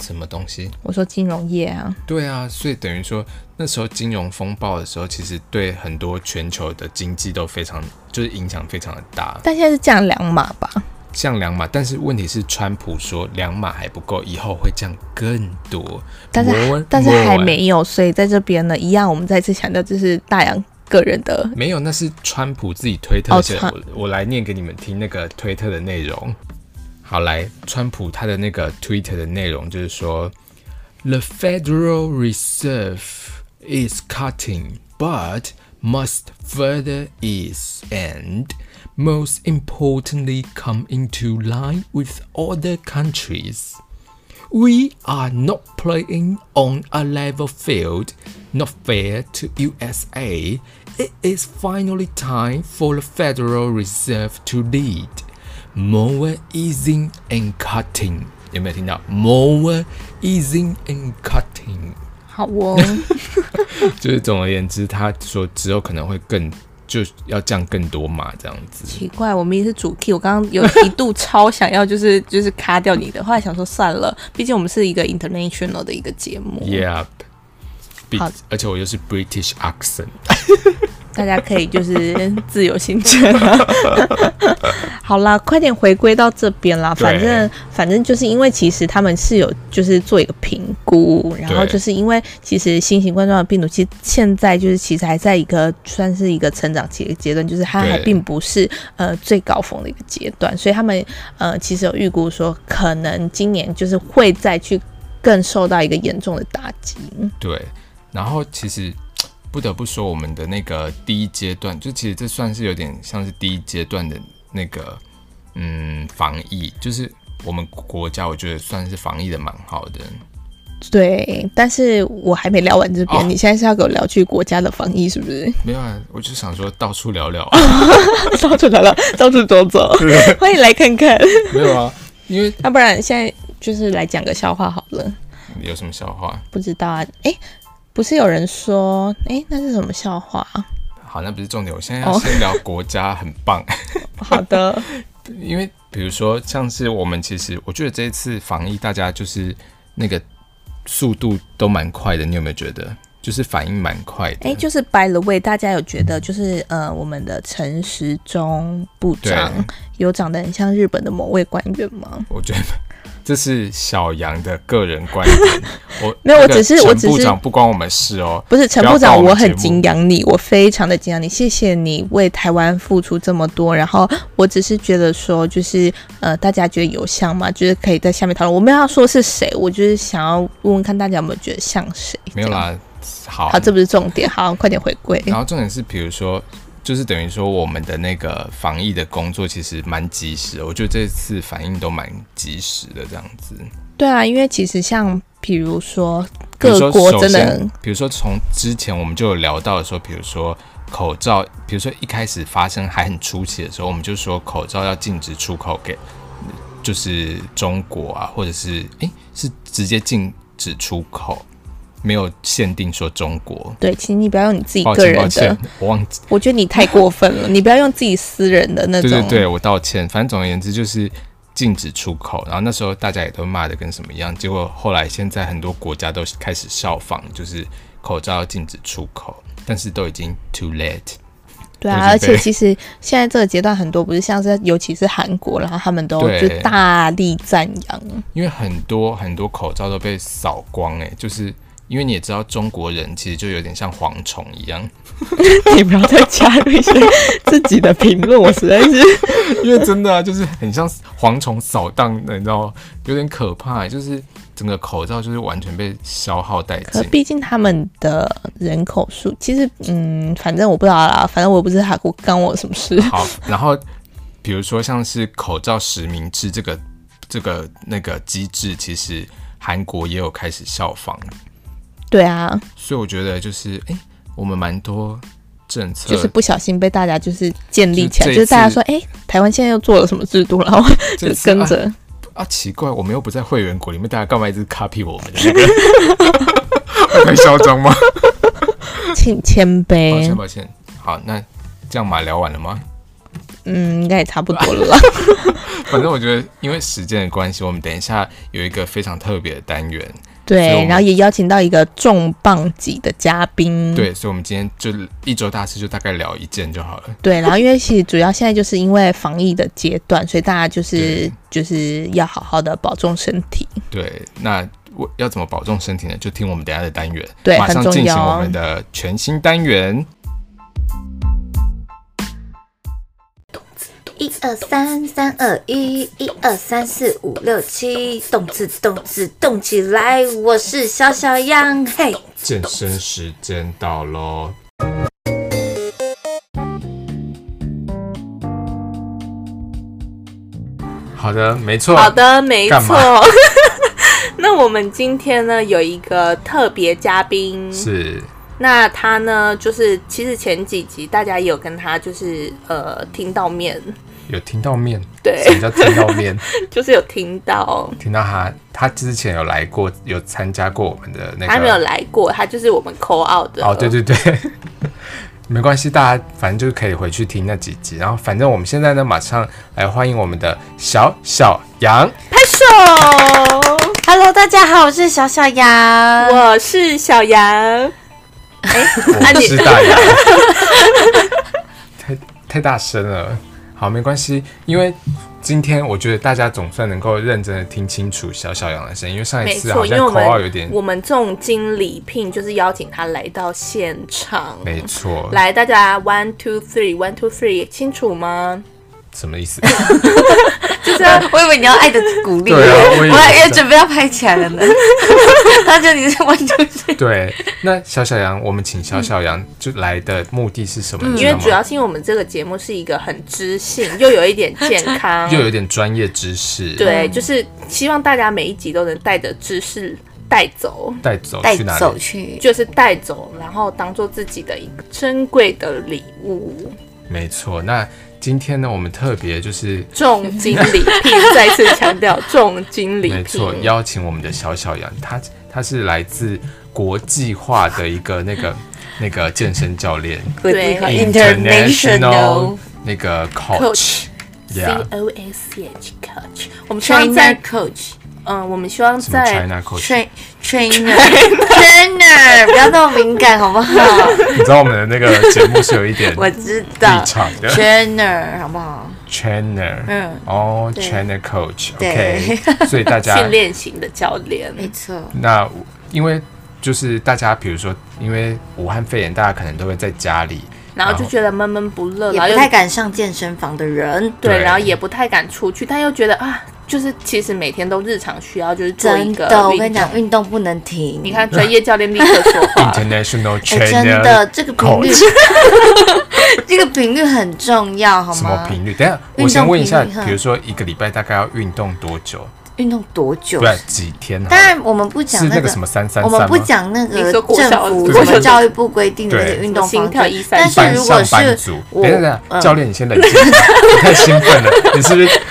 [SPEAKER 1] 什么东西？
[SPEAKER 2] 我说金融业啊，
[SPEAKER 1] 对啊，所以等于说那时候金融风暴的时候，其实对很多全球的经济都非常就是影响非常的大，
[SPEAKER 2] 但现在是降两码吧？
[SPEAKER 1] 降两码，但是问题是川普说两码还不够，以后会降更多，
[SPEAKER 2] 但是
[SPEAKER 1] 我
[SPEAKER 2] 但是还
[SPEAKER 1] 我
[SPEAKER 2] 没有，所以在这边呢，一样我们再次强调，这是大洋个人的。
[SPEAKER 1] 没有，那是川普自己推特
[SPEAKER 2] 哦
[SPEAKER 1] 写的。
[SPEAKER 2] 川
[SPEAKER 1] 我我来念给你们听那个推特的内容。好，来，川普他的那个 Twitter 的内容就是说，The Federal Reserve is cutting, but must further ease and most importantly come into line with other countries. We are not playing on a level field, not fair to USA. It is finally time for the Federal Reserve to lead. More easing and cutting. 有没有听到 more easing and cutting？
[SPEAKER 2] 好哦，
[SPEAKER 1] 就是总而言之，他说之后可能会更就要降更多码这样子。
[SPEAKER 2] 奇怪，我明明是主 key，我刚刚有一度超想要就是就是卡掉你的，后来想说算了，毕竟我们是一个 international 的一个节目
[SPEAKER 1] Yeah，比
[SPEAKER 2] 好
[SPEAKER 1] 而且我又是 British accent。
[SPEAKER 2] 大家可以就是自由行政、 啊。好啦，快点回归到这边啦。
[SPEAKER 1] 对
[SPEAKER 2] 反正反正就是因为其实他们是有就是做一个评估，然后
[SPEAKER 1] 对
[SPEAKER 2] 就是因为其实新型冠状病毒其实现在就是其实还在一个算是一个成长期的阶段，就是它
[SPEAKER 1] 对
[SPEAKER 2] 还并不是呃最高峰的一个阶段，所以他们呃其实有预估说可能今年就是会再去更受到一个严重的打击。
[SPEAKER 1] 对，然后其实不得不说，我们的那个第一阶段，就其实这算是有点像是第一阶段的那个嗯防疫，就是我们国家我觉得算是防疫的蛮好的。
[SPEAKER 2] 对，但是我还没聊完这边，
[SPEAKER 1] 哦
[SPEAKER 2] 你现在是要给我聊去国家的防疫是不 是？
[SPEAKER 1] 没有啊，我就想说到处聊聊啊，
[SPEAKER 2] 到处聊聊，到处走走， 欢迎来看看。
[SPEAKER 1] 没有啊，因为
[SPEAKER 2] 要不然现在就是来讲个笑话好了，
[SPEAKER 1] 有什么笑话？
[SPEAKER 2] 不知道啊，哎。不是有人说，哎，那是什么笑话？
[SPEAKER 1] 好，那不是重点，我现在要先聊国家，很棒。
[SPEAKER 2] 好 的，
[SPEAKER 1] 因为比如说，像是我们其实，我觉得这一次防疫，大家就是那个速度都蛮快的，你有没有觉得？就是反应蛮快的。
[SPEAKER 2] 哎，就是 by the way，大家有觉得就是呃，我们的陈时中部长
[SPEAKER 1] 对
[SPEAKER 2] 有长得很像日本的某位官员吗？
[SPEAKER 1] 我觉得 这是小杨的个人观 点。我
[SPEAKER 2] 没有
[SPEAKER 1] 那个
[SPEAKER 2] 我只是我
[SPEAKER 1] 陈
[SPEAKER 2] 只
[SPEAKER 1] 部
[SPEAKER 2] 是
[SPEAKER 1] 长不关我们事哦。
[SPEAKER 2] 不是陈
[SPEAKER 1] 不要
[SPEAKER 2] 部
[SPEAKER 1] 搞
[SPEAKER 2] 长，
[SPEAKER 1] 我们
[SPEAKER 2] 我
[SPEAKER 1] 节
[SPEAKER 2] 很
[SPEAKER 1] 目
[SPEAKER 2] 敬仰你，我非常的敬仰你，谢谢你为台湾付出这么多。然后我只是觉得说，就是呃，大家觉得有像吗？就是可以在下面讨论。我没有要说是谁，我就是想要问问看大家有没有觉得像谁。
[SPEAKER 1] 没有
[SPEAKER 2] 这样。
[SPEAKER 1] 啦，好。
[SPEAKER 2] 好，这不是重点。好，快点回归。
[SPEAKER 1] 然后重点是，比如说，就是等于说我们的那个防疫的工作其实蛮及时的，我觉得这次反应都蛮及时的，这样子。
[SPEAKER 2] 对啊，因为其实像比如说
[SPEAKER 1] 比如
[SPEAKER 2] 各
[SPEAKER 1] 说
[SPEAKER 2] 国
[SPEAKER 1] 首
[SPEAKER 2] 真的
[SPEAKER 1] 先，比如说从之前我们就有聊到说，比如说口罩，比如说一开始发生还很初期的时候，我们就说口罩要禁止出口给就是中国啊，或者是诶、是直接禁止出口，没有限定说中国。
[SPEAKER 2] 对，请你不要用你自己
[SPEAKER 1] 抱
[SPEAKER 2] 个
[SPEAKER 1] 歉，抱
[SPEAKER 2] 人的
[SPEAKER 1] 歉，，我忘记。
[SPEAKER 2] 我觉得你太过分了，你不要用自己私人的那
[SPEAKER 1] 对
[SPEAKER 2] 种。
[SPEAKER 1] 对对，我道歉。反正总而言之就是禁止出口，然后那时候大家也都骂的跟什么一样，结果后来现在很多国家都开始效仿，就是口罩要禁止出口，但是都已经 too late。
[SPEAKER 2] 对
[SPEAKER 1] 我
[SPEAKER 2] 啊，
[SPEAKER 1] 已
[SPEAKER 2] 而
[SPEAKER 1] 经被
[SPEAKER 2] 且其实现在这个阶段很多不是像是，尤其是韩国，然后他们都
[SPEAKER 1] 对
[SPEAKER 2] 就大力赞扬，
[SPEAKER 1] 因为很多很多口罩都被扫光、欸，就是因为你也知道中国人其实就有点像蝗虫一样，
[SPEAKER 2] 你不要再加入一些自己的评论，我实在 是
[SPEAKER 1] 因为真的啊，就是很像蝗虫扫荡的，你知道吗？有点可怕、欸就是整个口罩就是完全被消耗殆
[SPEAKER 2] 可
[SPEAKER 1] 尽。
[SPEAKER 2] 毕竟他们的人口数，其实嗯，反正我不知道啦，反正我也不是韩国，干我什么事？
[SPEAKER 1] 好，然后比如说像是口罩实名制这个这个那个机制，其实韩国也有开始效仿，
[SPEAKER 2] 对啊，
[SPEAKER 1] 所以我觉得就是诶，我们蛮多政策
[SPEAKER 2] 就是不小心被大家就是建立起来，
[SPEAKER 1] 就这一
[SPEAKER 2] 就是大家
[SPEAKER 1] 次
[SPEAKER 2] 说，哎、台湾现在又做了什么制度，然后
[SPEAKER 1] 这
[SPEAKER 2] 就
[SPEAKER 1] 次
[SPEAKER 2] 跟着。
[SPEAKER 1] 啊啊奇怪，我们又不在会员国里面，大家干嘛一直 copy 我们的那个？ 会太嚣张吗？
[SPEAKER 2] 请谦
[SPEAKER 1] 啊抱歉
[SPEAKER 2] 卑，
[SPEAKER 1] 抱歉，好，那这样嘛聊完了吗？
[SPEAKER 2] 嗯，应该也差不多了啦。
[SPEAKER 1] 反正我觉得因为时间的关系，我们等一下有一个非常特别的单元，
[SPEAKER 2] 嗯
[SPEAKER 1] 所以我
[SPEAKER 2] 对，
[SPEAKER 1] 们
[SPEAKER 2] 然后也邀请到一个重磅级的嘉宾。
[SPEAKER 1] 对，所以我们今天就一周大事就大概聊一件就好了。
[SPEAKER 2] 对，然后因为其实主要现在就是因为防疫的阶段，所以大家就是
[SPEAKER 1] 对
[SPEAKER 2] 就是要好好的保重身体。
[SPEAKER 1] 对，那我要怎么保重身体呢？就听我们等一下的单元，
[SPEAKER 2] 对
[SPEAKER 1] 马上
[SPEAKER 2] 很重
[SPEAKER 1] 进行
[SPEAKER 2] 要哦
[SPEAKER 1] 我们的全新单元。
[SPEAKER 3] 一二三，三二一，一二三四五六七，动次动次动起来！我是小小羊，嘿，
[SPEAKER 1] 健身时间到喽！好的，没错。
[SPEAKER 2] 好的，没
[SPEAKER 1] 干
[SPEAKER 2] 错
[SPEAKER 1] 嘛。
[SPEAKER 2] 那我们今天呢有一个特别嘉宾，
[SPEAKER 1] 是
[SPEAKER 2] 那他呢就是其实前几集大家也有跟他就是呃听到面，
[SPEAKER 1] 有听到面，
[SPEAKER 2] 对
[SPEAKER 1] 什么叫听到面？
[SPEAKER 2] 就是有听到
[SPEAKER 1] 听到他，他之前有来过，有参加过我们的那个，
[SPEAKER 2] 他没有来过，他就是我们 call out 的。
[SPEAKER 1] 哦，对对 对，没关系，大家反正就是可以回去听那几集。然后，反正我们现在呢，马上来欢迎我们的小小羊。
[SPEAKER 2] 拍手，
[SPEAKER 3] Hello，大家好，我是小小羊。
[SPEAKER 2] 我是小 杨。啊
[SPEAKER 1] 我
[SPEAKER 2] 你
[SPEAKER 1] 是大 羊，太太大声了。好，没关系，因为今天我觉得大家总算能够认真的听清楚小小羊的声音，因为上一
[SPEAKER 2] 没
[SPEAKER 1] 次好
[SPEAKER 2] 错，因
[SPEAKER 1] 像
[SPEAKER 2] 为我
[SPEAKER 1] 口号有
[SPEAKER 2] 们
[SPEAKER 1] 点
[SPEAKER 2] 我们重金礼聘就是邀请他来到现场。
[SPEAKER 1] 没错，
[SPEAKER 2] 来，大家 one two three one two three，清楚吗？
[SPEAKER 1] 嗯什么意思？
[SPEAKER 3] 就是 我以为你要爱的鼓励，
[SPEAKER 1] 对 啊我以为
[SPEAKER 3] 我还也准备要拍起来了呢。 他就你是完全是
[SPEAKER 1] 对，那小小羊，我们请小小羊就来的目的是什么？你知
[SPEAKER 2] 嗯
[SPEAKER 1] 道
[SPEAKER 2] 因为
[SPEAKER 1] 吗
[SPEAKER 2] 主要是因为我们这个节目是一个很知性，又有一点 健康，
[SPEAKER 1] 又有嗯点专业知识，，
[SPEAKER 2] 对，就是希望大家每一集都能带着知识带走，
[SPEAKER 1] 带走
[SPEAKER 3] 带
[SPEAKER 1] 去哪
[SPEAKER 3] 走
[SPEAKER 1] 里？
[SPEAKER 3] 去，
[SPEAKER 2] 就是带走，然后当做自己的一个珍贵的礼物，
[SPEAKER 1] 没错，那今天呢，我们特别就是
[SPEAKER 2] 重金 礼聘，再次强调重金礼
[SPEAKER 1] 没错，
[SPEAKER 2] 聘。
[SPEAKER 1] 邀请我们的小小羊，他他是来自国际化的一个那个 那个健身教 练
[SPEAKER 2] 对
[SPEAKER 1] International 那个 coach，
[SPEAKER 2] C
[SPEAKER 1] yeah，
[SPEAKER 2] O S C H coach，我们希望
[SPEAKER 3] China
[SPEAKER 2] 在
[SPEAKER 3] coach
[SPEAKER 2] 嗯，我们希望
[SPEAKER 1] 什么
[SPEAKER 2] 在
[SPEAKER 1] China coach，
[SPEAKER 3] train trainer trainer，不要那么敏感好不 好？
[SPEAKER 1] 你知道我们的那个节目是有一点
[SPEAKER 3] 我知道
[SPEAKER 1] 立场的
[SPEAKER 3] trainer 好不好？
[SPEAKER 1] trainer，
[SPEAKER 3] 嗯
[SPEAKER 1] 哦
[SPEAKER 3] 对
[SPEAKER 1] ，trainer coach，OK，
[SPEAKER 3] 对
[SPEAKER 1] 所以大家
[SPEAKER 2] 训练型的教练，
[SPEAKER 3] 没错，
[SPEAKER 1] 那因为就是大家比如说，因为武汉肺炎，大家可能都会在家里，
[SPEAKER 2] 然后就觉得闷闷不乐，
[SPEAKER 3] 也
[SPEAKER 2] 然后
[SPEAKER 3] 不
[SPEAKER 2] 又
[SPEAKER 3] 太敢上健身房的人，
[SPEAKER 2] 对，
[SPEAKER 1] 对
[SPEAKER 2] 然后也不太敢出去，但又觉得啊，就是其实每天都日常需要，就是做一
[SPEAKER 3] 真
[SPEAKER 2] 个
[SPEAKER 3] 的，我
[SPEAKER 2] 运
[SPEAKER 3] 跟你
[SPEAKER 2] 动
[SPEAKER 3] 讲，运动不能停。
[SPEAKER 2] 你看专业教练立刻说 话，
[SPEAKER 1] 嗯 International
[SPEAKER 3] 哎、真的，
[SPEAKER 1] trainer
[SPEAKER 3] 这个频 率
[SPEAKER 1] coach，
[SPEAKER 3] 这个频率很重要，好
[SPEAKER 1] 什么
[SPEAKER 3] 吗？
[SPEAKER 1] 频率？等一下，
[SPEAKER 3] 嗯运动
[SPEAKER 1] 我先问一下，
[SPEAKER 3] 频率哈嗯
[SPEAKER 1] 比如说一个礼拜大概要运动多久？
[SPEAKER 3] 运动多久
[SPEAKER 1] 不？然几天好了？
[SPEAKER 3] 当然，我们不讲
[SPEAKER 1] 是
[SPEAKER 3] 那
[SPEAKER 1] 那
[SPEAKER 3] 个
[SPEAKER 1] 个什么三三
[SPEAKER 3] 我
[SPEAKER 1] 三
[SPEAKER 3] 们
[SPEAKER 1] 吗
[SPEAKER 3] 不？讲那
[SPEAKER 2] 你
[SPEAKER 3] 个
[SPEAKER 2] 说国小
[SPEAKER 3] 政府、
[SPEAKER 1] 国
[SPEAKER 3] 我
[SPEAKER 1] 小
[SPEAKER 3] 们教育部规定的那些
[SPEAKER 1] 对
[SPEAKER 3] 运动
[SPEAKER 2] 心
[SPEAKER 3] 方
[SPEAKER 2] 跳
[SPEAKER 3] 针
[SPEAKER 2] 130，
[SPEAKER 3] 但
[SPEAKER 1] 一般
[SPEAKER 3] 是如果
[SPEAKER 1] 上班
[SPEAKER 3] 是
[SPEAKER 1] 族，
[SPEAKER 3] 我
[SPEAKER 1] 等一下等一下，
[SPEAKER 3] 嗯
[SPEAKER 1] 教练，你先冷静，你太兴奋了，你是不是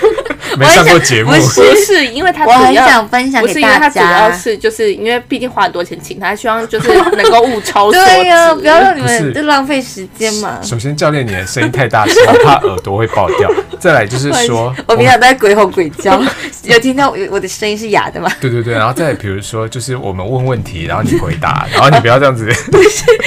[SPEAKER 1] 没上过节目
[SPEAKER 3] 我？
[SPEAKER 2] 不是因为他
[SPEAKER 3] 我
[SPEAKER 2] 主
[SPEAKER 3] 很
[SPEAKER 2] 要
[SPEAKER 3] 想分享
[SPEAKER 2] 不是
[SPEAKER 3] 给
[SPEAKER 2] 因为
[SPEAKER 3] 大
[SPEAKER 2] 他主要
[SPEAKER 3] 家。
[SPEAKER 2] 是就是因为毕竟花很多钱请他，希望就是能够物超所
[SPEAKER 3] 对呀、
[SPEAKER 2] 值。
[SPEAKER 3] 不要让你
[SPEAKER 1] 不是
[SPEAKER 3] 们就浪费时间嘛。
[SPEAKER 1] 首先，教练你的声音太大声，我怕耳朵会爆 掉。再来就是说，
[SPEAKER 3] 我平常都在鬼吼鬼 叫，有听到我我的声音是哑的吗？
[SPEAKER 1] 对对对，然后再比如说，就是我们问问题，然后你回 答，然后你不要这样子。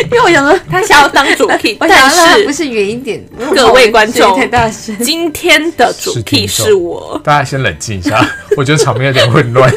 [SPEAKER 3] 因为我想说，
[SPEAKER 2] 他想要当主 key，
[SPEAKER 3] 我想
[SPEAKER 2] 但
[SPEAKER 3] 要让它不
[SPEAKER 2] 是
[SPEAKER 3] 是远一点。
[SPEAKER 2] 各位观众
[SPEAKER 3] 声音太大声。
[SPEAKER 2] 今天的主
[SPEAKER 1] 是
[SPEAKER 2] key
[SPEAKER 1] 听众
[SPEAKER 2] 是我。
[SPEAKER 1] 大家先冷静一 下，我觉得场面有点混乱。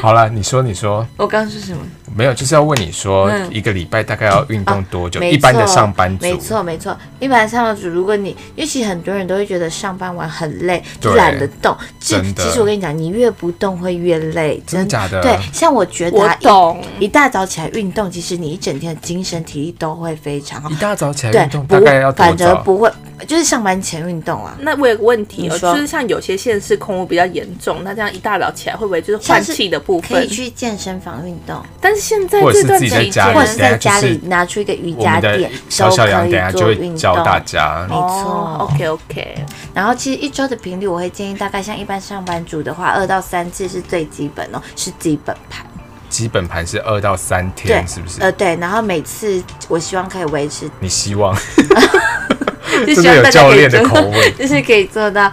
[SPEAKER 1] 好了，你说，你说，
[SPEAKER 3] 我刚刚说什么？
[SPEAKER 1] 没有，就是要问你说，
[SPEAKER 3] 嗯啊
[SPEAKER 1] 一个礼拜大概要运动多久？
[SPEAKER 3] 没
[SPEAKER 1] 一般的
[SPEAKER 3] 错
[SPEAKER 1] 上班族，
[SPEAKER 3] 没错没错，一般的上班族，如果你，因为其实很多人都会觉得上班完很累，就
[SPEAKER 1] 对
[SPEAKER 3] 懒得动。其
[SPEAKER 1] 真的
[SPEAKER 3] 其实我跟你讲，你越不动会越累，
[SPEAKER 1] 真的假的
[SPEAKER 3] 对，像我觉得、
[SPEAKER 2] 我
[SPEAKER 3] 啊、
[SPEAKER 2] 懂，
[SPEAKER 3] 一一大早起来运动，其实你一整天的精神体力都会非常好
[SPEAKER 1] 一。大早起来
[SPEAKER 3] 对
[SPEAKER 1] 哎运动，
[SPEAKER 3] 不
[SPEAKER 1] 大概要多
[SPEAKER 3] 反而
[SPEAKER 1] 早？
[SPEAKER 3] 不会，就是上班前运动啊。
[SPEAKER 2] 那我有个问题哦，
[SPEAKER 3] 你说
[SPEAKER 2] 就是像有些县市空屋比较严重，那这样一大早起来会不会就是换气的部
[SPEAKER 3] 可以
[SPEAKER 2] 分？
[SPEAKER 3] 去健身房运动，
[SPEAKER 2] 但是现在
[SPEAKER 1] 或者
[SPEAKER 2] 这
[SPEAKER 1] 是
[SPEAKER 2] 段
[SPEAKER 1] 自己在
[SPEAKER 2] 期
[SPEAKER 1] 家
[SPEAKER 2] 间哦
[SPEAKER 1] 里，
[SPEAKER 3] 或者是
[SPEAKER 1] 等
[SPEAKER 3] 在
[SPEAKER 1] 一下
[SPEAKER 3] 家
[SPEAKER 1] 就是
[SPEAKER 3] 里拿出一个瑜
[SPEAKER 1] 我们
[SPEAKER 3] 伽
[SPEAKER 1] 的
[SPEAKER 3] 垫，
[SPEAKER 1] 小
[SPEAKER 3] 都
[SPEAKER 1] 小
[SPEAKER 3] 可
[SPEAKER 1] 羊等一下
[SPEAKER 3] 以
[SPEAKER 1] 就
[SPEAKER 3] 做
[SPEAKER 1] 会
[SPEAKER 3] 运
[SPEAKER 1] 教
[SPEAKER 3] 动。
[SPEAKER 1] 大家。
[SPEAKER 3] 没错
[SPEAKER 2] OK OK，
[SPEAKER 3] 哦然后其实一周的频率，我会建议大概像一般上班族的话，二到三次是最基本哦，是基本盘。
[SPEAKER 1] 基本盘是二到三
[SPEAKER 3] 对，
[SPEAKER 1] 天，是不是？
[SPEAKER 3] 呃，对。然后每次我希望可以维持，
[SPEAKER 1] 你希望
[SPEAKER 3] 就
[SPEAKER 1] 真
[SPEAKER 3] 希
[SPEAKER 1] 的
[SPEAKER 3] 望
[SPEAKER 1] 有
[SPEAKER 3] 大家
[SPEAKER 1] 教
[SPEAKER 3] 可以
[SPEAKER 1] 练的
[SPEAKER 3] 做
[SPEAKER 1] 口
[SPEAKER 3] 到，
[SPEAKER 1] 味，
[SPEAKER 3] 就是可以做到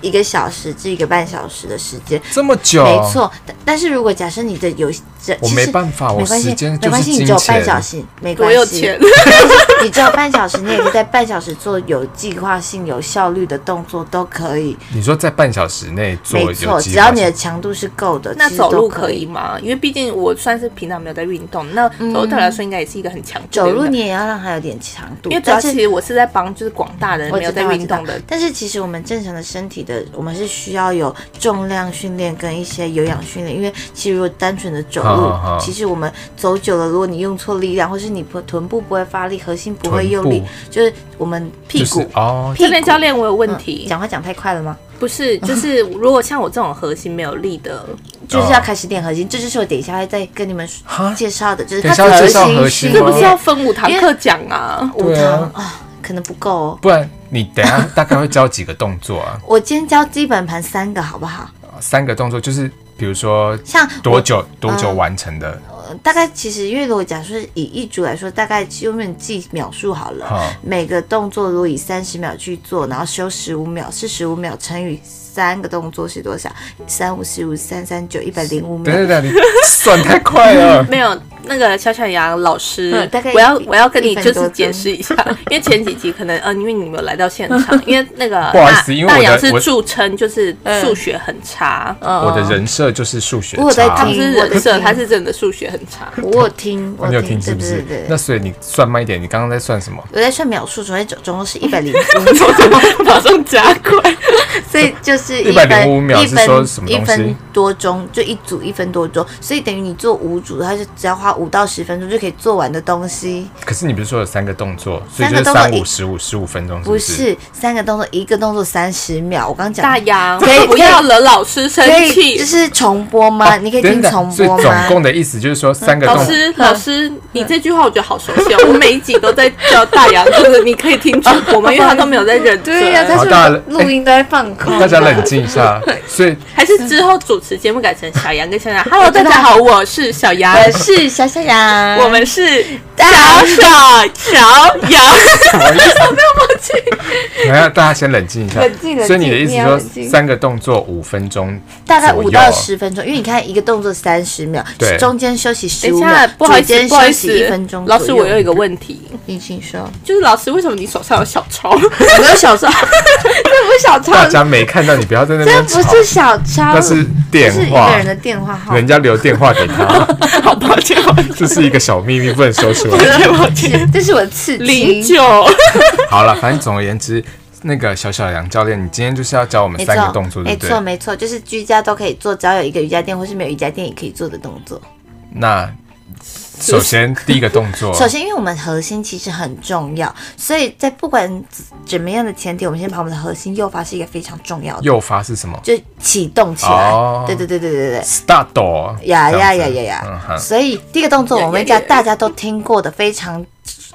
[SPEAKER 3] 一个小时至一个半小时的时间。
[SPEAKER 1] 这么久？
[SPEAKER 3] 没，错，但但是如果假设你的有，这
[SPEAKER 1] 啊我
[SPEAKER 3] 其
[SPEAKER 1] 没
[SPEAKER 3] 实
[SPEAKER 1] 办法我
[SPEAKER 3] 没关
[SPEAKER 1] 时
[SPEAKER 3] 系
[SPEAKER 1] 间，
[SPEAKER 3] 没
[SPEAKER 1] 就是
[SPEAKER 3] 关系，你
[SPEAKER 1] 金
[SPEAKER 3] 只有半
[SPEAKER 1] 钱
[SPEAKER 3] 小时，没关
[SPEAKER 2] 我
[SPEAKER 3] 系，
[SPEAKER 2] 有钱。
[SPEAKER 3] 你只有半小时，你也可以在半小时做有计划性、有效率的动作，都可以。
[SPEAKER 1] 你说在半小时内做
[SPEAKER 3] 没
[SPEAKER 1] 有
[SPEAKER 3] 错，
[SPEAKER 1] 计
[SPEAKER 3] 只要
[SPEAKER 1] 划
[SPEAKER 3] 你的
[SPEAKER 1] 性
[SPEAKER 3] 强度是够的，
[SPEAKER 2] 那
[SPEAKER 3] 其实
[SPEAKER 2] 走
[SPEAKER 3] 都
[SPEAKER 2] 路
[SPEAKER 3] 可嗯
[SPEAKER 2] 可以吗？因为毕竟我算是平常没有在运动，那走路对我来说应该也是一个很强度的
[SPEAKER 3] 走
[SPEAKER 2] 运动
[SPEAKER 3] 路你也要让它有点强度，
[SPEAKER 2] 因为主要
[SPEAKER 3] 但
[SPEAKER 2] 其
[SPEAKER 3] 是
[SPEAKER 2] 实我是在帮就是广大的人
[SPEAKER 3] 我
[SPEAKER 2] 没有
[SPEAKER 3] 知
[SPEAKER 2] 在
[SPEAKER 3] 道，我
[SPEAKER 2] 运
[SPEAKER 3] 知道
[SPEAKER 2] 动的。
[SPEAKER 3] 但是其实我们正常的身体的，我们是需要有重量训练跟一些有氧训练，因为其实如果单纯的走
[SPEAKER 1] 好好好
[SPEAKER 3] 路，其实我们走久了，如果你用错力量，或是你不臀部不会发力，核心不会
[SPEAKER 1] 臀
[SPEAKER 3] 用
[SPEAKER 1] 部
[SPEAKER 3] 力，就是我们屁
[SPEAKER 1] 就是
[SPEAKER 3] 股。
[SPEAKER 1] 哦，
[SPEAKER 2] 教练教练，我有问
[SPEAKER 3] 嗯
[SPEAKER 2] 题，
[SPEAKER 3] 讲话讲太快了吗？
[SPEAKER 2] 不是 就是如果像我这种核心没有力的，
[SPEAKER 3] 就是要开始练核心，这就是我等一下会再跟你们
[SPEAKER 1] 啊哈
[SPEAKER 3] 介绍的，就是
[SPEAKER 1] 等一
[SPEAKER 3] 它
[SPEAKER 1] 下要介绍核
[SPEAKER 3] 核
[SPEAKER 1] 心
[SPEAKER 3] 心训
[SPEAKER 1] 吗
[SPEAKER 2] 这不是要
[SPEAKER 3] 练
[SPEAKER 2] 分五堂课讲啊？
[SPEAKER 3] 五
[SPEAKER 1] 对啊
[SPEAKER 3] 堂啊，可能不够哦。
[SPEAKER 1] 不然你等一下大概会教几个动作 啊？
[SPEAKER 3] 我今天教基本盘三个好不好？
[SPEAKER 1] 三个动作就是，比如说
[SPEAKER 3] 像
[SPEAKER 1] 多
[SPEAKER 3] 我
[SPEAKER 1] 久多久完成的，
[SPEAKER 3] 大概其实，因为如果假设以一组来说，大概用面记秒数好了。
[SPEAKER 1] 好
[SPEAKER 3] 每个动作如果以三十秒去做，然后休十五秒，是十五秒乘以三个动作是多少？三五十五三三九一百零五秒
[SPEAKER 1] 等。等等，你算太快 了。
[SPEAKER 2] 没有那个小小羊老师，
[SPEAKER 3] 嗯大概
[SPEAKER 2] 我要我要跟
[SPEAKER 3] 一
[SPEAKER 2] 你
[SPEAKER 3] 分
[SPEAKER 2] 就
[SPEAKER 3] 多
[SPEAKER 2] 是
[SPEAKER 3] 钟
[SPEAKER 2] 解释一下， 因为前几集可能呃，因为你没有来到现 场，因为那个
[SPEAKER 1] 不好意
[SPEAKER 2] 大
[SPEAKER 1] 思因为我
[SPEAKER 2] 大
[SPEAKER 1] 的
[SPEAKER 2] 羊是
[SPEAKER 1] 我
[SPEAKER 2] 著称就是数学很差，
[SPEAKER 4] 嗯
[SPEAKER 1] 我的人设就是数学
[SPEAKER 3] 哦我有在
[SPEAKER 1] 差
[SPEAKER 2] 他不
[SPEAKER 3] 听
[SPEAKER 2] 是
[SPEAKER 3] 我的
[SPEAKER 2] 人设，
[SPEAKER 3] 天
[SPEAKER 2] 他是真的数学很差。
[SPEAKER 3] 我有听，我
[SPEAKER 1] 你有听是
[SPEAKER 3] 对
[SPEAKER 1] 不
[SPEAKER 3] 对
[SPEAKER 1] 是
[SPEAKER 3] 对对？
[SPEAKER 1] 那所以你算慢一点，你刚刚在算什么？
[SPEAKER 3] 我在算秒数，总总总共是一百零五，
[SPEAKER 2] 马上加
[SPEAKER 3] 嗯
[SPEAKER 2] 快，
[SPEAKER 3] 所以就是
[SPEAKER 1] 105
[SPEAKER 3] 分
[SPEAKER 1] 秒
[SPEAKER 3] 一
[SPEAKER 1] 是
[SPEAKER 3] 分
[SPEAKER 1] 说什么
[SPEAKER 3] 一
[SPEAKER 1] 东西
[SPEAKER 3] 分多钟，就一组一分多钟，所以等于你做五组，它就只要花五到十分钟就可以做完的东西。
[SPEAKER 1] 可是你不是说有三个动作，所以
[SPEAKER 3] 三
[SPEAKER 1] 就
[SPEAKER 3] 个
[SPEAKER 1] 是
[SPEAKER 3] 动作
[SPEAKER 1] 三五
[SPEAKER 3] 一
[SPEAKER 1] 十五十五分钟，
[SPEAKER 3] 不
[SPEAKER 1] 是？
[SPEAKER 3] 是三个动作，一个动作三十秒。我刚讲
[SPEAKER 2] 大羊
[SPEAKER 3] 可以
[SPEAKER 2] 不要惹老师生
[SPEAKER 3] 可以就
[SPEAKER 2] 气。
[SPEAKER 3] 是重播吗？啊你可以听
[SPEAKER 1] 哦真的啊
[SPEAKER 3] 重，
[SPEAKER 1] 所以
[SPEAKER 3] 播
[SPEAKER 1] 总
[SPEAKER 3] 吗？
[SPEAKER 1] 共的意思就是说三个
[SPEAKER 2] 老
[SPEAKER 1] 动，
[SPEAKER 3] 嗯
[SPEAKER 2] 师，老师，你这句话我觉得好熟悉哦！我每一集都在叫大羊，就是你可以听 重播吗？因为他都没有在认真。
[SPEAKER 3] 对呀、
[SPEAKER 1] 好
[SPEAKER 3] 他
[SPEAKER 1] 大家
[SPEAKER 3] 是录音都在放空。
[SPEAKER 1] 大家冷静一下。所以
[SPEAKER 2] 还是之后主持节目改成小羊跟小羊。Hello，大家好，我是小羊，
[SPEAKER 4] 我是小小羊，
[SPEAKER 2] 我们是小小小 羊。
[SPEAKER 1] 等一下大家先冷静一下。
[SPEAKER 3] 冷静冷静
[SPEAKER 1] 所以你的意思
[SPEAKER 3] 你要
[SPEAKER 1] 说
[SPEAKER 3] 冷静
[SPEAKER 1] 三个动作五分钟，
[SPEAKER 3] 大概五到。十分钟，因为你看一个动作三十秒
[SPEAKER 1] 啊对，
[SPEAKER 3] 中间休息
[SPEAKER 2] 等
[SPEAKER 3] 十
[SPEAKER 2] 一
[SPEAKER 3] 五
[SPEAKER 2] 下
[SPEAKER 3] 秒，，
[SPEAKER 2] 不好意
[SPEAKER 3] 中
[SPEAKER 2] 思，
[SPEAKER 3] 间
[SPEAKER 2] 不好
[SPEAKER 3] 休
[SPEAKER 2] 意
[SPEAKER 3] 息一
[SPEAKER 2] 思
[SPEAKER 3] 分，钟左
[SPEAKER 2] 老
[SPEAKER 3] 右。
[SPEAKER 2] 师，我有一个问题，
[SPEAKER 3] 你请说，
[SPEAKER 2] 就是老师，为什么你手上有小抄？
[SPEAKER 3] 我没有小抄，这不是小抄，
[SPEAKER 1] 大家没看到，你不要在那
[SPEAKER 3] 这
[SPEAKER 1] 边
[SPEAKER 3] 不
[SPEAKER 1] 吵，
[SPEAKER 3] 是小抄，
[SPEAKER 1] 那是
[SPEAKER 3] 这
[SPEAKER 1] 电
[SPEAKER 3] 是一
[SPEAKER 1] 话
[SPEAKER 3] 个，人的电话号码
[SPEAKER 1] 人。家留电话给他，
[SPEAKER 2] 好抱歉，
[SPEAKER 1] 这是一个小秘密，不能说出来。
[SPEAKER 3] 是这是我的刺
[SPEAKER 2] 零
[SPEAKER 3] 青。
[SPEAKER 2] 九，
[SPEAKER 1] 好了，反正总而言之，那个小小杨教练，你今天就是要教我们
[SPEAKER 3] 没
[SPEAKER 1] 三个
[SPEAKER 3] 错
[SPEAKER 1] 动作，，对
[SPEAKER 3] 没
[SPEAKER 1] 不
[SPEAKER 3] 错，
[SPEAKER 1] 对？
[SPEAKER 3] 没错，就是居家都可以做，只要有一个瑜伽垫或是没有瑜伽垫也可以做的动作。
[SPEAKER 1] 那首先第一个动作，
[SPEAKER 3] 首先，因为我们核心其实很重要，所以在不管怎么样的前提，我们先把我们的核心诱发是一个非常重要的，
[SPEAKER 1] 诱发是什么
[SPEAKER 3] 就启动起来。
[SPEAKER 1] 哦
[SPEAKER 3] 对对对对对对。
[SPEAKER 1] ？Start，
[SPEAKER 3] 呀
[SPEAKER 1] 这样
[SPEAKER 3] 呀
[SPEAKER 1] 子
[SPEAKER 3] 呀呀
[SPEAKER 1] 嗯
[SPEAKER 3] 呀！
[SPEAKER 1] 哼，
[SPEAKER 3] 所以第一个动作，
[SPEAKER 2] 呀呀
[SPEAKER 3] 我们讲
[SPEAKER 2] 呀
[SPEAKER 3] 大家都听过的非常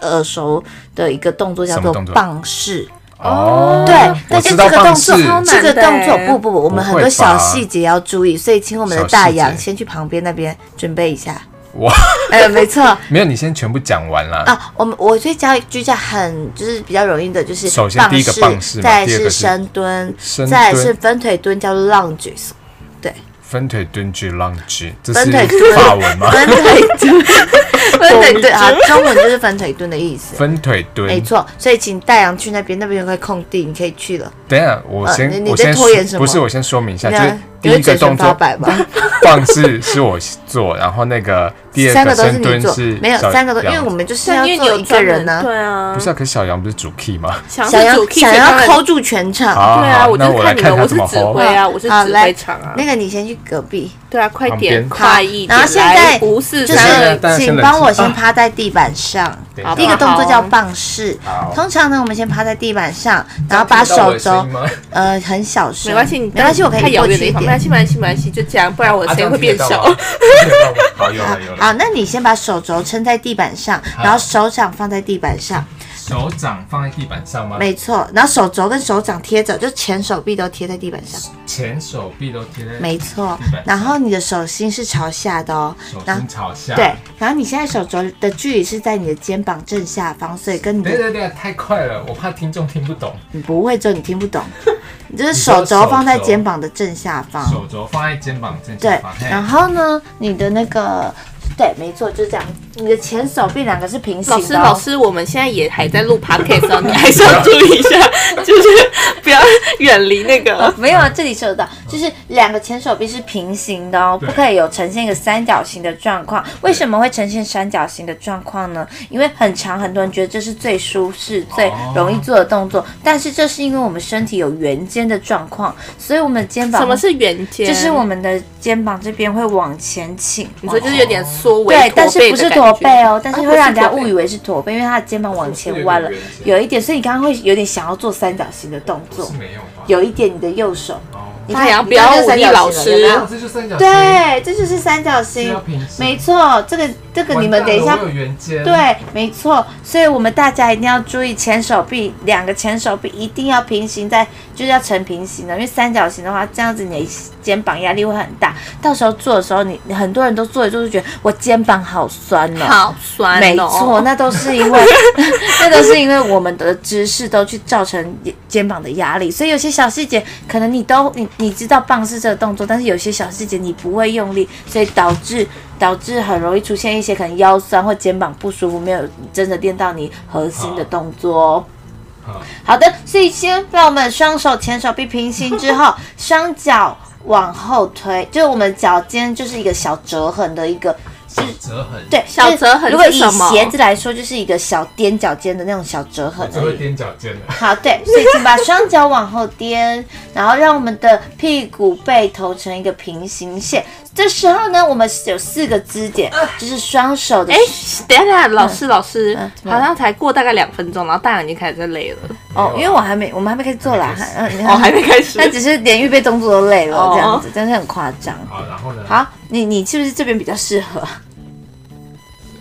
[SPEAKER 3] 耳熟的一个动作，叫
[SPEAKER 1] 什么
[SPEAKER 3] 做
[SPEAKER 1] 动作
[SPEAKER 3] 棒式。
[SPEAKER 1] 哦，
[SPEAKER 3] 对，
[SPEAKER 1] 我
[SPEAKER 3] 但
[SPEAKER 1] 知
[SPEAKER 3] 是
[SPEAKER 1] 道
[SPEAKER 3] 这个
[SPEAKER 1] 棒
[SPEAKER 3] 动
[SPEAKER 1] 式
[SPEAKER 3] 作，这个
[SPEAKER 2] 超难
[SPEAKER 3] 动
[SPEAKER 2] 的
[SPEAKER 3] 作
[SPEAKER 2] 欸
[SPEAKER 3] 不不不，我们
[SPEAKER 1] 不
[SPEAKER 3] 很
[SPEAKER 1] 会
[SPEAKER 3] 多小
[SPEAKER 1] 吧
[SPEAKER 3] 细节要注意，所以请我们的
[SPEAKER 1] 小
[SPEAKER 3] 大
[SPEAKER 1] 细
[SPEAKER 3] 洋
[SPEAKER 1] 节
[SPEAKER 3] 先去旁边那边准备一下。
[SPEAKER 1] 哇，
[SPEAKER 3] 哎，没错。
[SPEAKER 1] 没有，你先全部讲完啦。
[SPEAKER 3] 啊，我们我最教居家很就是比较容易的，就是
[SPEAKER 1] 首先第一个棒式嘛
[SPEAKER 3] 再来
[SPEAKER 1] 第二
[SPEAKER 3] 是
[SPEAKER 1] 个是
[SPEAKER 3] 深蹲，
[SPEAKER 1] 深
[SPEAKER 3] 再来
[SPEAKER 1] 蹲
[SPEAKER 3] 是分腿蹲，叫 lunge，
[SPEAKER 1] 分腿蹲踞 lunge，这
[SPEAKER 3] 分腿
[SPEAKER 1] 是
[SPEAKER 3] 蹲
[SPEAKER 1] 法文吗？
[SPEAKER 3] 分腿蹲，分腿蹲啊，中文就是分腿蹲的意思。
[SPEAKER 1] 分腿蹲，
[SPEAKER 3] 没错，所以请大洋去那边，那边有块空地，你可以去了。
[SPEAKER 1] 等一下，我先、
[SPEAKER 3] 呃你你
[SPEAKER 1] 我
[SPEAKER 3] 在
[SPEAKER 1] 先
[SPEAKER 3] 拖延
[SPEAKER 1] 说
[SPEAKER 3] 什么
[SPEAKER 1] 不是，我先说明一下，就
[SPEAKER 3] 那
[SPEAKER 1] 是第
[SPEAKER 3] 你
[SPEAKER 1] 一
[SPEAKER 3] 会
[SPEAKER 1] 个
[SPEAKER 3] 嘴
[SPEAKER 1] 动
[SPEAKER 3] 唇
[SPEAKER 1] 作
[SPEAKER 3] 发白吧
[SPEAKER 1] 棒式是我做，然后那个第
[SPEAKER 3] 三
[SPEAKER 1] 二
[SPEAKER 3] 个都是
[SPEAKER 1] 深
[SPEAKER 3] 你
[SPEAKER 1] 蹲
[SPEAKER 3] 做
[SPEAKER 1] 是，
[SPEAKER 3] 没有
[SPEAKER 1] 小
[SPEAKER 3] 三个都，因为
[SPEAKER 1] 杨
[SPEAKER 3] 我们就是要做一个
[SPEAKER 2] 专
[SPEAKER 3] 人
[SPEAKER 2] 门
[SPEAKER 3] 呢、
[SPEAKER 2] 对啊
[SPEAKER 1] 不，是啊，可是小杨不是主 key 吗？
[SPEAKER 2] 想
[SPEAKER 3] 想要
[SPEAKER 2] 主 key
[SPEAKER 3] 想
[SPEAKER 2] 所以当
[SPEAKER 3] 要
[SPEAKER 2] 然
[SPEAKER 3] hold 住全场。
[SPEAKER 1] 好
[SPEAKER 2] 对啊，
[SPEAKER 1] 好
[SPEAKER 2] 我就
[SPEAKER 1] 那
[SPEAKER 2] 是
[SPEAKER 1] 我来
[SPEAKER 2] 看你
[SPEAKER 1] 看
[SPEAKER 2] 们，
[SPEAKER 1] 他
[SPEAKER 2] 我是
[SPEAKER 1] 怎么
[SPEAKER 2] 指
[SPEAKER 1] hold
[SPEAKER 2] 挥啊，我是
[SPEAKER 3] 好
[SPEAKER 2] 指
[SPEAKER 3] 来
[SPEAKER 2] 挥场啊。
[SPEAKER 3] 那个你先去隔壁，
[SPEAKER 2] 对啊，快
[SPEAKER 1] 旁
[SPEAKER 2] 点，
[SPEAKER 1] 边
[SPEAKER 2] 快一点，
[SPEAKER 3] 然后现在
[SPEAKER 2] 来五四
[SPEAKER 3] 就
[SPEAKER 2] 三
[SPEAKER 1] 是
[SPEAKER 2] 二，
[SPEAKER 1] 大家
[SPEAKER 3] 是
[SPEAKER 1] 先啊
[SPEAKER 3] 请
[SPEAKER 1] 冷
[SPEAKER 3] 帮我
[SPEAKER 1] 静
[SPEAKER 3] 先趴在地板上。
[SPEAKER 1] 等一下
[SPEAKER 3] 第一个动作叫棒式
[SPEAKER 1] 好，
[SPEAKER 3] 通常呢，我们先趴在地板上，然后把手肘，呃，很小声，
[SPEAKER 2] 没关系，你
[SPEAKER 3] 没关系，我可
[SPEAKER 2] 太
[SPEAKER 3] 以
[SPEAKER 2] 遥
[SPEAKER 3] 过
[SPEAKER 2] 远
[SPEAKER 3] 去
[SPEAKER 2] 的
[SPEAKER 3] 一
[SPEAKER 2] 地方，没关
[SPEAKER 3] 点。
[SPEAKER 2] 系，没关系，没关系，就这样，不然我
[SPEAKER 1] 啊
[SPEAKER 2] 的声音会变小。
[SPEAKER 1] 好，有了有了，
[SPEAKER 3] 好，那你先把手肘撑在地板上，然后手掌放在地板上，
[SPEAKER 1] 手掌放在地板上吗？
[SPEAKER 3] 没错，然后手肘跟手掌贴着，就前手臂都贴在地板上，
[SPEAKER 1] 前手臂都贴在
[SPEAKER 3] 没错
[SPEAKER 1] 地板上。
[SPEAKER 3] 然后你的手心是朝下的哦，然后
[SPEAKER 1] 朝下
[SPEAKER 3] 对，然后你现在手肘的距离是在你的肩膀正下方，所以跟你的
[SPEAKER 1] 对对，太快了，我怕听众听不懂。
[SPEAKER 3] 你不会做，你 听不懂。你就是
[SPEAKER 1] 说
[SPEAKER 3] 手肘放在
[SPEAKER 1] 手肘
[SPEAKER 3] 肩膀的正下方，
[SPEAKER 1] 肘放在肩膀正
[SPEAKER 3] 哦对，然后呢，你的那个，对，没错，就这样。你的前手臂两个是平行的、哦
[SPEAKER 2] 老师，老，师，我们现在也还在 录 podcast 哦，你还是要注意一下，就是不要远离那个。
[SPEAKER 3] 没有啊，这里收得到，就是两个前手臂是平行的哦，
[SPEAKER 1] 对
[SPEAKER 3] 不可以有呈现一个三角形的状况。为什么会呈现三角形的状况呢？因为很长，很多人觉得这是最舒适、最
[SPEAKER 1] 哦
[SPEAKER 3] 容易做的动作，但是这是因为我们身体有圆肩的状况，所以我们的肩膀
[SPEAKER 2] 什么是圆肩？
[SPEAKER 3] 就是我们的肩膀这边会往前倾，
[SPEAKER 2] 你说就是有点缩尾，
[SPEAKER 3] 对，但是不是驼背
[SPEAKER 2] 哦？
[SPEAKER 3] 哦，但是会让人家误以为是驼背，因为他的肩膀往前弯了
[SPEAKER 1] 是不是，哦有
[SPEAKER 3] 有一点，所以你刚刚会有点想要做三角形的动作，
[SPEAKER 1] 没有吧？哦
[SPEAKER 3] 有一点你的右手，你
[SPEAKER 2] 大
[SPEAKER 3] 看
[SPEAKER 2] 洋
[SPEAKER 3] 你
[SPEAKER 2] 不要
[SPEAKER 3] 刚刚就
[SPEAKER 2] 忤逆
[SPEAKER 1] 哎
[SPEAKER 3] 三角
[SPEAKER 2] 老
[SPEAKER 3] 形了
[SPEAKER 2] 师
[SPEAKER 3] 有没有
[SPEAKER 1] 这就三角
[SPEAKER 3] 对，这就是三角形，没错，这个这个你们等一下
[SPEAKER 1] 完蛋了我有原件，
[SPEAKER 3] 对，没错，所以我们大家一定要注意前手臂，两个前手臂一定要平行在，就是要成平行的，因为三角形的话，这样子你的肩膀压力会很大，到时候做的时候你，你很多人都做一做就觉得我肩膀好酸哦。
[SPEAKER 5] 好
[SPEAKER 2] 啊
[SPEAKER 5] 酸哦，
[SPEAKER 3] 没错，那都是因为，那都是因为我们的姿势都去造成肩膀的压力，所以有些小细节可能你都你你知道棒式这个动作，但是有些小细节你不会用力，所以导致导致很容易出现一些可能腰酸或肩膀不舒服，没有真的练到你核心的动作哦。
[SPEAKER 1] 好
[SPEAKER 3] 好的，所以先让我们双手前手臂平行之后，双脚往后推，就是我们脚尖就是一个小折痕的一个。就是
[SPEAKER 1] 折痕，
[SPEAKER 3] 对，
[SPEAKER 5] 小
[SPEAKER 3] 就是
[SPEAKER 5] 折痕
[SPEAKER 3] 如果
[SPEAKER 5] 是
[SPEAKER 3] 以
[SPEAKER 5] 什么
[SPEAKER 3] 鞋子来说，就是一个小踮脚尖的那种小折痕
[SPEAKER 1] 只
[SPEAKER 3] 而
[SPEAKER 1] 会
[SPEAKER 3] 已。
[SPEAKER 1] 踮脚尖的。
[SPEAKER 3] 好，对， 所以请把双脚往后颠，然后让我们的屁股背头成一个平行线。这时候呢，我们有四个支点，就是双手的
[SPEAKER 5] 哎，等一下等一下，老师老师
[SPEAKER 3] 嗯，怎么了
[SPEAKER 5] 好像才过大概两分钟，然后大人已经开始在累了，
[SPEAKER 3] 哦，因为我还没，我们还没开始做啦，
[SPEAKER 1] 还没
[SPEAKER 3] 还嗯，你
[SPEAKER 5] 哦，
[SPEAKER 3] 看
[SPEAKER 5] 还没开始
[SPEAKER 3] 那，只是连预备动作都累了，
[SPEAKER 5] 哦
[SPEAKER 3] 这样子真是很夸张。
[SPEAKER 1] 好，然后呢？
[SPEAKER 3] 好，你你是不是这边比较适合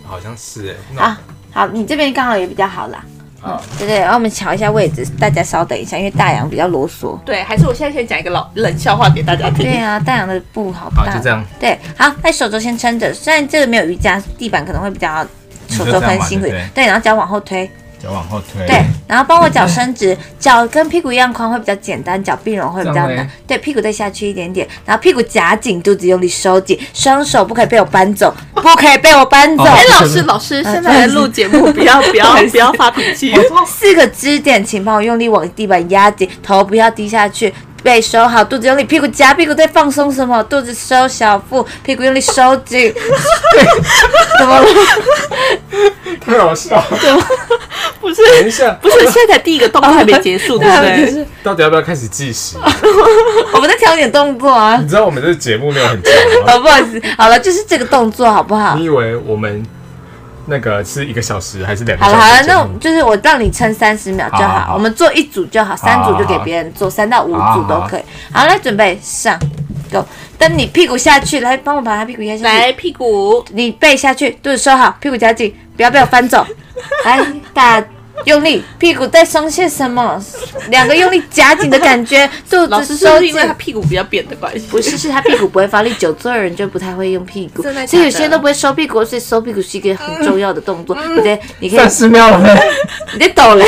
[SPEAKER 1] 好像是哎，
[SPEAKER 3] 啊？嗯好，你这边刚好也比较好啦。
[SPEAKER 1] 那好，
[SPEAKER 3] 对对，然后我们瞧一下位置，大家稍等一下，因为大洋比较啰嗦。
[SPEAKER 5] 对，还是我现在先讲一个老冷笑话给大 家听
[SPEAKER 3] 对。啊，大洋的布好
[SPEAKER 1] 好
[SPEAKER 3] 大。
[SPEAKER 1] 就这样。
[SPEAKER 3] 对，好，那手肘先撑着，虽然这个没有瑜伽地板可能会比较
[SPEAKER 1] 你就
[SPEAKER 3] 手
[SPEAKER 1] 这
[SPEAKER 3] 肘
[SPEAKER 1] 样嘛
[SPEAKER 3] 很辛苦
[SPEAKER 1] 对不对，
[SPEAKER 3] 对，然后脚往后推，
[SPEAKER 1] 脚往后推，
[SPEAKER 3] 对，然后帮我脚伸直，脚跟屁股一样宽会比较简单，脚并拢会比
[SPEAKER 1] 这
[SPEAKER 3] 较
[SPEAKER 1] 样嘞
[SPEAKER 3] 难。对，屁股再下去一点点，然后屁股夹紧，肚子用力收紧，双手不可以被我搬走，不可以被我搬走。
[SPEAKER 1] 哦
[SPEAKER 5] 哎，老师老师，现在在录节目，不要不要不要发脾气。
[SPEAKER 3] 四个支点，请帮我用力往地板压紧，头不要低下去。背收好，肚子用力，屁股夹屁股，再放松什么？肚子收小腹，屁股用力收 紧。怎么了？
[SPEAKER 1] 太好笑了。
[SPEAKER 5] 不是
[SPEAKER 1] 等一下，
[SPEAKER 5] 不是，现在才第一个动作还没结束，对不对？
[SPEAKER 1] 到底要不要开始计 时？
[SPEAKER 3] 我们在调整动作啊。
[SPEAKER 1] 你知道我们这个节目没有很长吗？
[SPEAKER 3] 哦，不好意思，嗯好了，就是这个动作好不好？
[SPEAKER 1] 你以为我们那个是一个小时还是两个
[SPEAKER 3] 好
[SPEAKER 1] 小
[SPEAKER 3] 了
[SPEAKER 1] 时？
[SPEAKER 3] 好了，那我就是我让你撑三十秒就
[SPEAKER 1] 好好
[SPEAKER 3] 好，
[SPEAKER 1] 好
[SPEAKER 3] 我们做一组就好，三组就给别人做，三到五组都可以。好，来准备上，Go！等你屁股下去，来帮我把他屁股压下去。
[SPEAKER 5] 来，屁股
[SPEAKER 3] 你背下去，肚子收好，屁股夹紧，不要被我翻走。来，大用力，屁股再松懈什么？两个用力夹紧的感觉，肚
[SPEAKER 5] 老
[SPEAKER 3] 子
[SPEAKER 5] 师是不
[SPEAKER 3] 收
[SPEAKER 5] 是
[SPEAKER 3] 紧
[SPEAKER 5] 因。为他屁股比较扁的关系？
[SPEAKER 3] 不是，是他屁股不会发力，久坐的人就不太会用屁股
[SPEAKER 5] 真的假，的
[SPEAKER 3] 所以有些人都不会收屁股，所以收屁股是一个很重要的动作。
[SPEAKER 5] 嗯
[SPEAKER 3] 你得，你可以
[SPEAKER 1] 三，十秒了没？
[SPEAKER 3] 你得抖嘞，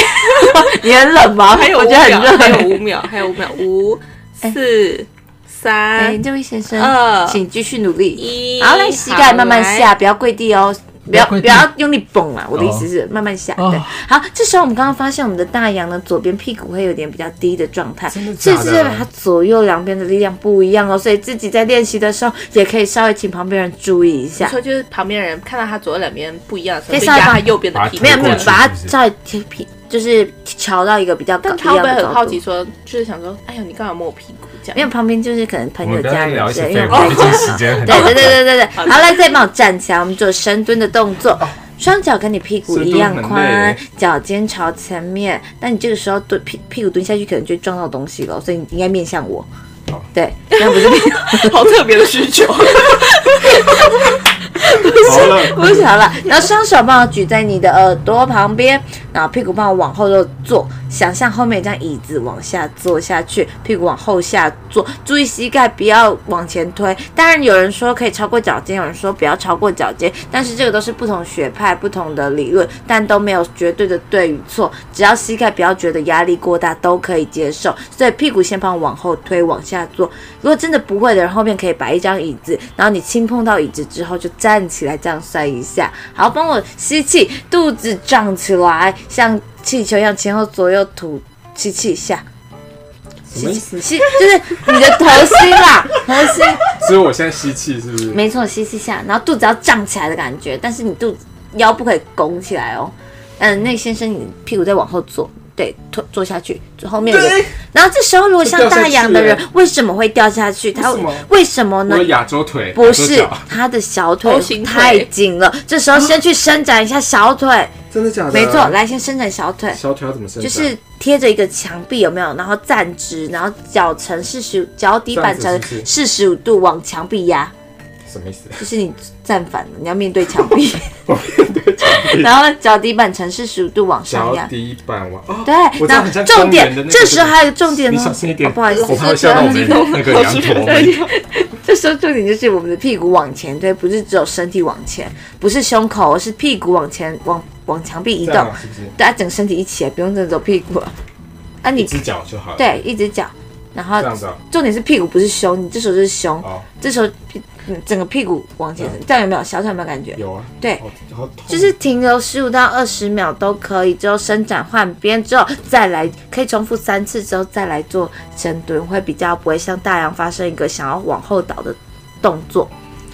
[SPEAKER 3] 你很冷吗？
[SPEAKER 5] 还有
[SPEAKER 3] 我
[SPEAKER 5] 五
[SPEAKER 3] 觉得
[SPEAKER 5] 秒，
[SPEAKER 3] 很热。
[SPEAKER 5] 还有五 秒，还有五秒，五、四、
[SPEAKER 3] 哎，
[SPEAKER 5] 三、
[SPEAKER 3] 这位先生
[SPEAKER 5] 二，
[SPEAKER 3] 请继续努力。
[SPEAKER 5] 一。
[SPEAKER 3] 然后来膝盖慢慢
[SPEAKER 5] 嗯好。
[SPEAKER 3] 下，不要跪地哦，不要
[SPEAKER 1] 不要跪
[SPEAKER 3] 不
[SPEAKER 1] 地
[SPEAKER 3] 要用力蹦啊！我的意思是慢慢下。
[SPEAKER 1] 哦
[SPEAKER 3] 对，好，这时候我们刚刚发现我们的大羊呢，左边屁股会有点比较低的状态，
[SPEAKER 1] 真的假
[SPEAKER 3] 所以
[SPEAKER 1] 的
[SPEAKER 3] 是代表它左右两边的力量不一样哦，所以自己在练习的时候也可以稍微请旁边人注意一下
[SPEAKER 5] 来。说就是旁边人看到他左右两边不一样的时
[SPEAKER 3] 可
[SPEAKER 5] 候，就
[SPEAKER 3] 以稍微
[SPEAKER 5] 压
[SPEAKER 3] 把
[SPEAKER 5] 他右边的屁股。
[SPEAKER 3] 没有没有
[SPEAKER 1] 过去，
[SPEAKER 3] 把它
[SPEAKER 1] 是不是
[SPEAKER 3] 照贴平，就是调到一个比较高
[SPEAKER 5] 但他会
[SPEAKER 3] 一
[SPEAKER 5] 不会
[SPEAKER 3] 样的
[SPEAKER 5] 很
[SPEAKER 3] 高
[SPEAKER 5] 好
[SPEAKER 3] 度
[SPEAKER 5] 奇说，就是想说，哎呦，你干嘛摸我屁股这
[SPEAKER 3] 因
[SPEAKER 5] 样？
[SPEAKER 3] 为旁边就是可能
[SPEAKER 1] 我
[SPEAKER 3] 朋友、
[SPEAKER 1] 们不要
[SPEAKER 3] 家
[SPEAKER 1] 再聊一
[SPEAKER 3] 人之
[SPEAKER 1] 些
[SPEAKER 3] 类，因
[SPEAKER 1] 废
[SPEAKER 3] 为 我
[SPEAKER 1] 话，毕竟时间很
[SPEAKER 3] 对
[SPEAKER 1] 短。
[SPEAKER 3] 对对对对对，
[SPEAKER 5] 好的
[SPEAKER 3] 好了，再帮我站起来，我们做深蹲的动作。双脚跟你屁股一样
[SPEAKER 1] 哦深蹲很累
[SPEAKER 3] 宽
[SPEAKER 1] 耶，
[SPEAKER 3] 脚尖朝前面。那你这个时候蹲屁屁股蹲下去，可能就撞到东西了，所以你应该面向我
[SPEAKER 1] 好。
[SPEAKER 3] 对，那不是面，
[SPEAKER 5] 好特别的需求。
[SPEAKER 1] 好了，
[SPEAKER 3] 不是好了。然后双手帮我举在你的耳朵旁边，然后屁股帮我往后头坐，想象后面一张椅子往下坐下去，屁股往后下坐，注意膝盖不要往前推。当然有人说可以超过脚尖，有人说不要超过脚尖，但是这个都是不同学派、不同的理论，但都没有绝对的对与错，只要膝盖不要觉得压力过大都可以接受。所以屁股先帮我往后推，往下坐。如果真的不会的人，后面可以摆一张椅子，然后你轻碰到椅子之后就站起来，这样摔一下。好，帮我吸气，肚子胀起来，像气球一样前后左右吐吸气下。
[SPEAKER 1] 什么
[SPEAKER 3] 吸
[SPEAKER 1] 意
[SPEAKER 3] 气吸 就是你的头吸啦，头吸，
[SPEAKER 1] 所以我现在吸气是不是？
[SPEAKER 3] 没错，吸气下，然后肚子要胀起来的感觉，但是你肚子腰不可以拱起来哦。嗯，那个先生，你屁股再往后坐，对，坐坐下去，坐后面有个
[SPEAKER 1] 对。
[SPEAKER 3] 然后这时候，如果像
[SPEAKER 1] 就掉下
[SPEAKER 3] 大
[SPEAKER 1] 去
[SPEAKER 3] 洋的人
[SPEAKER 1] 了，
[SPEAKER 3] 为什么会掉下去？他
[SPEAKER 1] 为什么
[SPEAKER 3] 为什么呢
[SPEAKER 1] 我？有亚洲腿
[SPEAKER 3] 不是
[SPEAKER 1] 亚洲脚，
[SPEAKER 3] 他的小腿
[SPEAKER 5] O 型腿
[SPEAKER 3] 太紧了，这时候先去伸展一下小腿，
[SPEAKER 1] 真的假的？
[SPEAKER 3] 没错，来先伸展小腿，
[SPEAKER 1] 小腿要怎么伸展？
[SPEAKER 3] 就是贴着一个墙壁有没有？然后站直，然后脚呈四十，脚底板
[SPEAKER 1] 这样
[SPEAKER 3] 呈
[SPEAKER 1] 子是不
[SPEAKER 3] 四十五度往墙壁压，
[SPEAKER 1] 什么意思？
[SPEAKER 3] 就是你站反了，你要面对墙 壁，然后脚底板呈四十五度往上
[SPEAKER 1] 脚
[SPEAKER 3] 压。
[SPEAKER 1] 底板往哦，
[SPEAKER 3] 对，
[SPEAKER 1] 我知道
[SPEAKER 3] 然
[SPEAKER 1] 很
[SPEAKER 3] 后
[SPEAKER 1] 像
[SPEAKER 3] 重
[SPEAKER 1] 公园
[SPEAKER 3] 点
[SPEAKER 1] 的那，个
[SPEAKER 3] 这时候还有重点
[SPEAKER 1] 你
[SPEAKER 3] 哦
[SPEAKER 1] 小心一点，
[SPEAKER 3] 哦不好意思，
[SPEAKER 1] 我怕会吓到我们那个 羊驼们。
[SPEAKER 3] 嗯这时候重点就是我们的屁股往前推，不是只有身体往前，不是胸口，而是屁股往前往往墙壁移
[SPEAKER 1] 这
[SPEAKER 3] 动，
[SPEAKER 1] 样是不是？
[SPEAKER 3] 对，啊，整身体一起来，不用整走屁股了。啊你，
[SPEAKER 1] 一只脚就好了。，
[SPEAKER 3] 对，一只脚，然后
[SPEAKER 1] 这样子啊
[SPEAKER 3] 重点是屁股不是胸，你这时候就是胸，
[SPEAKER 1] 哦，
[SPEAKER 3] 这时候屁嗯整个屁股往前
[SPEAKER 1] 嗯，
[SPEAKER 3] 这样有没有小腿有没有感觉？
[SPEAKER 1] 有啊。
[SPEAKER 3] 对
[SPEAKER 1] 好，好痛。
[SPEAKER 3] 就是停留十五到二十秒都可以，之后伸展换边之后再来，可以重复三次之后再来做深蹲，会比较不会像大洋发生一个想要往后倒的动作。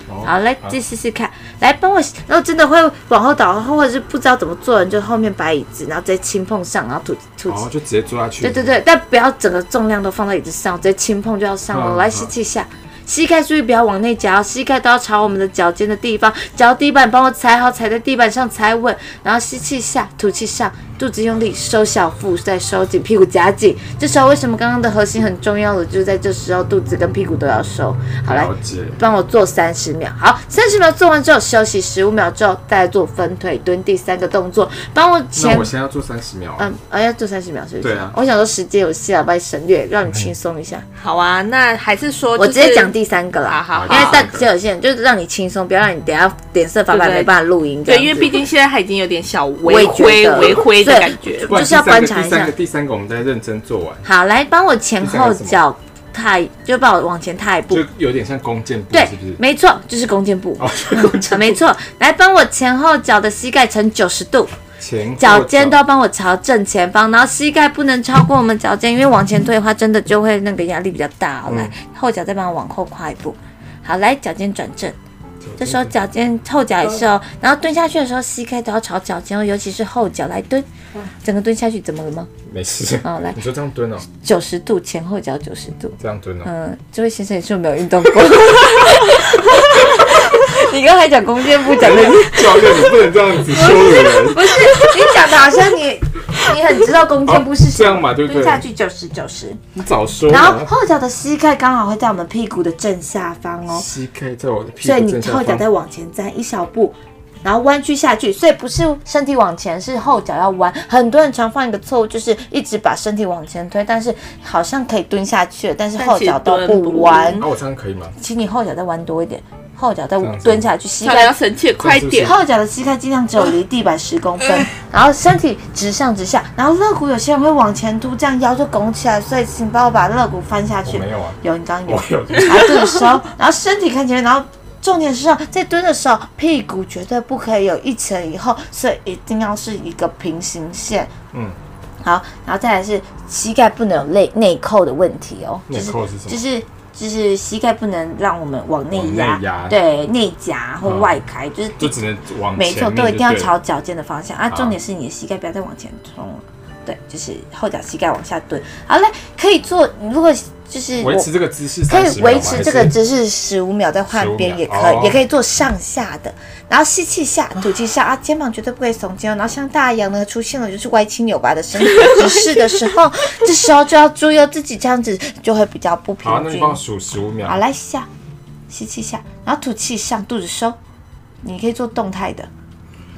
[SPEAKER 1] 哦
[SPEAKER 3] 好，来
[SPEAKER 1] 好
[SPEAKER 3] 再试试看，来帮我。然后真的会往后倒，或者是不知道怎么做的人，就后面摆椅子，然后直接轻碰上，然后吐吐气
[SPEAKER 1] 哦，就直接坐下去。
[SPEAKER 3] 对对，对，但不要整个重量都放在椅子上，直接轻碰就要上了。
[SPEAKER 1] 嗯
[SPEAKER 3] 来
[SPEAKER 1] 好
[SPEAKER 3] 吸气一下，膝盖注意不要往内夹，膝盖都要朝我们的脚尖的地方，脚底板帮我踩好，踩在地板上踩稳，然后吸气下，吐气上，肚子用力收小腹，再收紧，屁股夹紧。这时候为什么刚刚的核心很重要的，就是在这时候肚子跟屁股都要收。好来
[SPEAKER 1] 了。解。
[SPEAKER 3] 帮我做三十秒，好，三十秒做完之后休息十五秒之后，再来做分腿蹲第三个动作，帮我前
[SPEAKER 1] 那我现在要做三十秒啊。
[SPEAKER 3] 嗯，啊，要做三十秒是不是？
[SPEAKER 1] 对啊
[SPEAKER 3] 我想说时间有限啊，把你省略，让你轻松一下。
[SPEAKER 5] 好啊，那还是说、
[SPEAKER 3] 我直接讲。第三个啦，
[SPEAKER 5] 好好
[SPEAKER 3] 因为
[SPEAKER 5] 好
[SPEAKER 3] 但时间有限，就是让你轻松，不要让你等一下脸色发白
[SPEAKER 5] 对对
[SPEAKER 3] 没办法录音。
[SPEAKER 5] 对，因为毕
[SPEAKER 3] 竟
[SPEAKER 5] 竟现在还已经有点小
[SPEAKER 3] 我
[SPEAKER 5] 微
[SPEAKER 3] 也
[SPEAKER 5] 灰
[SPEAKER 3] 觉得
[SPEAKER 5] 微灰的
[SPEAKER 3] 对
[SPEAKER 5] 感觉。
[SPEAKER 1] 不然
[SPEAKER 3] 就是
[SPEAKER 1] 第
[SPEAKER 3] 要
[SPEAKER 1] 三个
[SPEAKER 3] 观察
[SPEAKER 1] 第
[SPEAKER 3] 一下
[SPEAKER 1] 三个，第三个我们再认真做完，
[SPEAKER 3] 好，来帮我前后
[SPEAKER 1] 第三
[SPEAKER 3] 脚踏，就帮我往前踏一步
[SPEAKER 1] 就。有点像弓箭步，
[SPEAKER 3] 对
[SPEAKER 1] 是不是，？
[SPEAKER 3] 没错，就是弓箭步。
[SPEAKER 1] 哦，就弓
[SPEAKER 3] 啊
[SPEAKER 1] 箭
[SPEAKER 3] 没错，来帮我前后脚的膝盖呈九十度，
[SPEAKER 1] 前
[SPEAKER 3] 脚尖都
[SPEAKER 1] 到
[SPEAKER 3] 要帮我朝正前方，然后膝盖不能超过我们脚尖，因为往前推的话，真的就会那个压力比较大哦。
[SPEAKER 1] 嗯
[SPEAKER 3] 来，后脚再帮我往后跨一步。好，来，脚尖转正。这时候脚尖后脚也是哦，然后蹲下去的时候，膝盖都要朝脚尖哦，尤其是后脚来蹲，整个蹲下去怎么了吗？
[SPEAKER 1] 没事。
[SPEAKER 3] 好来
[SPEAKER 1] 你说这样蹲哦，
[SPEAKER 3] 九十度前后脚九十度。
[SPEAKER 1] 这样蹲哦，
[SPEAKER 3] 嗯，这位先生也是没有运动过。 你刚才讲弓箭步讲的，你
[SPEAKER 1] 教练你不能这样子羞辱人，
[SPEAKER 3] 不是你讲的好像你你很知道弓箭步是什
[SPEAKER 1] 哦这
[SPEAKER 3] 么，
[SPEAKER 1] 样嘛，对不
[SPEAKER 3] 蹲下
[SPEAKER 1] 对？
[SPEAKER 3] 去九十九十，
[SPEAKER 1] 你早说
[SPEAKER 3] 然后
[SPEAKER 1] 嘛。
[SPEAKER 3] 后脚的膝盖刚好会在我们屁股的正下方哦，
[SPEAKER 1] 膝盖在我的屁
[SPEAKER 3] 所以
[SPEAKER 1] 股
[SPEAKER 3] 你
[SPEAKER 1] 正
[SPEAKER 3] 后
[SPEAKER 1] 下
[SPEAKER 3] 脚再
[SPEAKER 1] 方，
[SPEAKER 3] 往前站一小步，然后弯曲下去，所以不是身体往前，是后脚要弯。很多人常犯一个错误，就是一直把身体往前推，但是好像可以蹲下去了，但是后脚都不弯
[SPEAKER 5] 但其实蹲。
[SPEAKER 1] 啊那我这样可以吗？
[SPEAKER 3] 请你后脚再弯多一点，后脚再
[SPEAKER 1] 这样子
[SPEAKER 3] 蹲下去，膝
[SPEAKER 5] 漂亮，
[SPEAKER 3] 盖。
[SPEAKER 5] 臣妾，快点！
[SPEAKER 3] 后脚的膝盖尽量只有离地板十公
[SPEAKER 1] 嗯
[SPEAKER 3] 分，然后身体直上直下，然后肋骨有些人会往前凸，这样腰就拱起来，所以请帮我把肋骨翻下
[SPEAKER 1] 我
[SPEAKER 3] 去。
[SPEAKER 1] 没有啊，
[SPEAKER 3] 有，你刚刚有
[SPEAKER 1] 我。有。
[SPEAKER 3] 然后的时候，然后身体看起来，然后重点是要在蹲的时候，屁股绝对不可以有一层以后，所以一定要是一个平行线。
[SPEAKER 1] 嗯，
[SPEAKER 3] 好，然后再来是膝盖不能有内内扣的问题哦，就
[SPEAKER 1] 内
[SPEAKER 3] 是
[SPEAKER 1] 扣是什么
[SPEAKER 3] 就是。就是膝盖不能让我们往内压，
[SPEAKER 1] 往内压
[SPEAKER 3] 对内夹或
[SPEAKER 1] 嗯
[SPEAKER 3] 外开，就是
[SPEAKER 1] 就只能往前
[SPEAKER 3] 没错，
[SPEAKER 1] 面
[SPEAKER 3] 都一定要
[SPEAKER 1] 就对了
[SPEAKER 3] 朝脚尖的方向啊。
[SPEAKER 1] 好
[SPEAKER 3] 重点是你的膝盖不要再往前冲了，对，就是后脚膝盖往下蹲。好嘞，可以做，你如果就是我
[SPEAKER 1] 维持这个姿势，
[SPEAKER 3] 可以维持这个姿势十五秒，再换边
[SPEAKER 1] 15秒
[SPEAKER 3] 也可
[SPEAKER 1] 哦
[SPEAKER 3] 以，也可以做上下的，然后吸气下，吐气上啊，肩膀绝对不可以耸肩哦。然后像大洋呢，出现了就是歪七扭八的身体姿势的时候，这时候就要注意哦，自己这样子就会比较不平
[SPEAKER 1] 好，那你
[SPEAKER 3] 均。
[SPEAKER 1] 帮我数十五秒。
[SPEAKER 3] 好，来下，吸气下，然后吐气上，肚子收。你可以做动态的，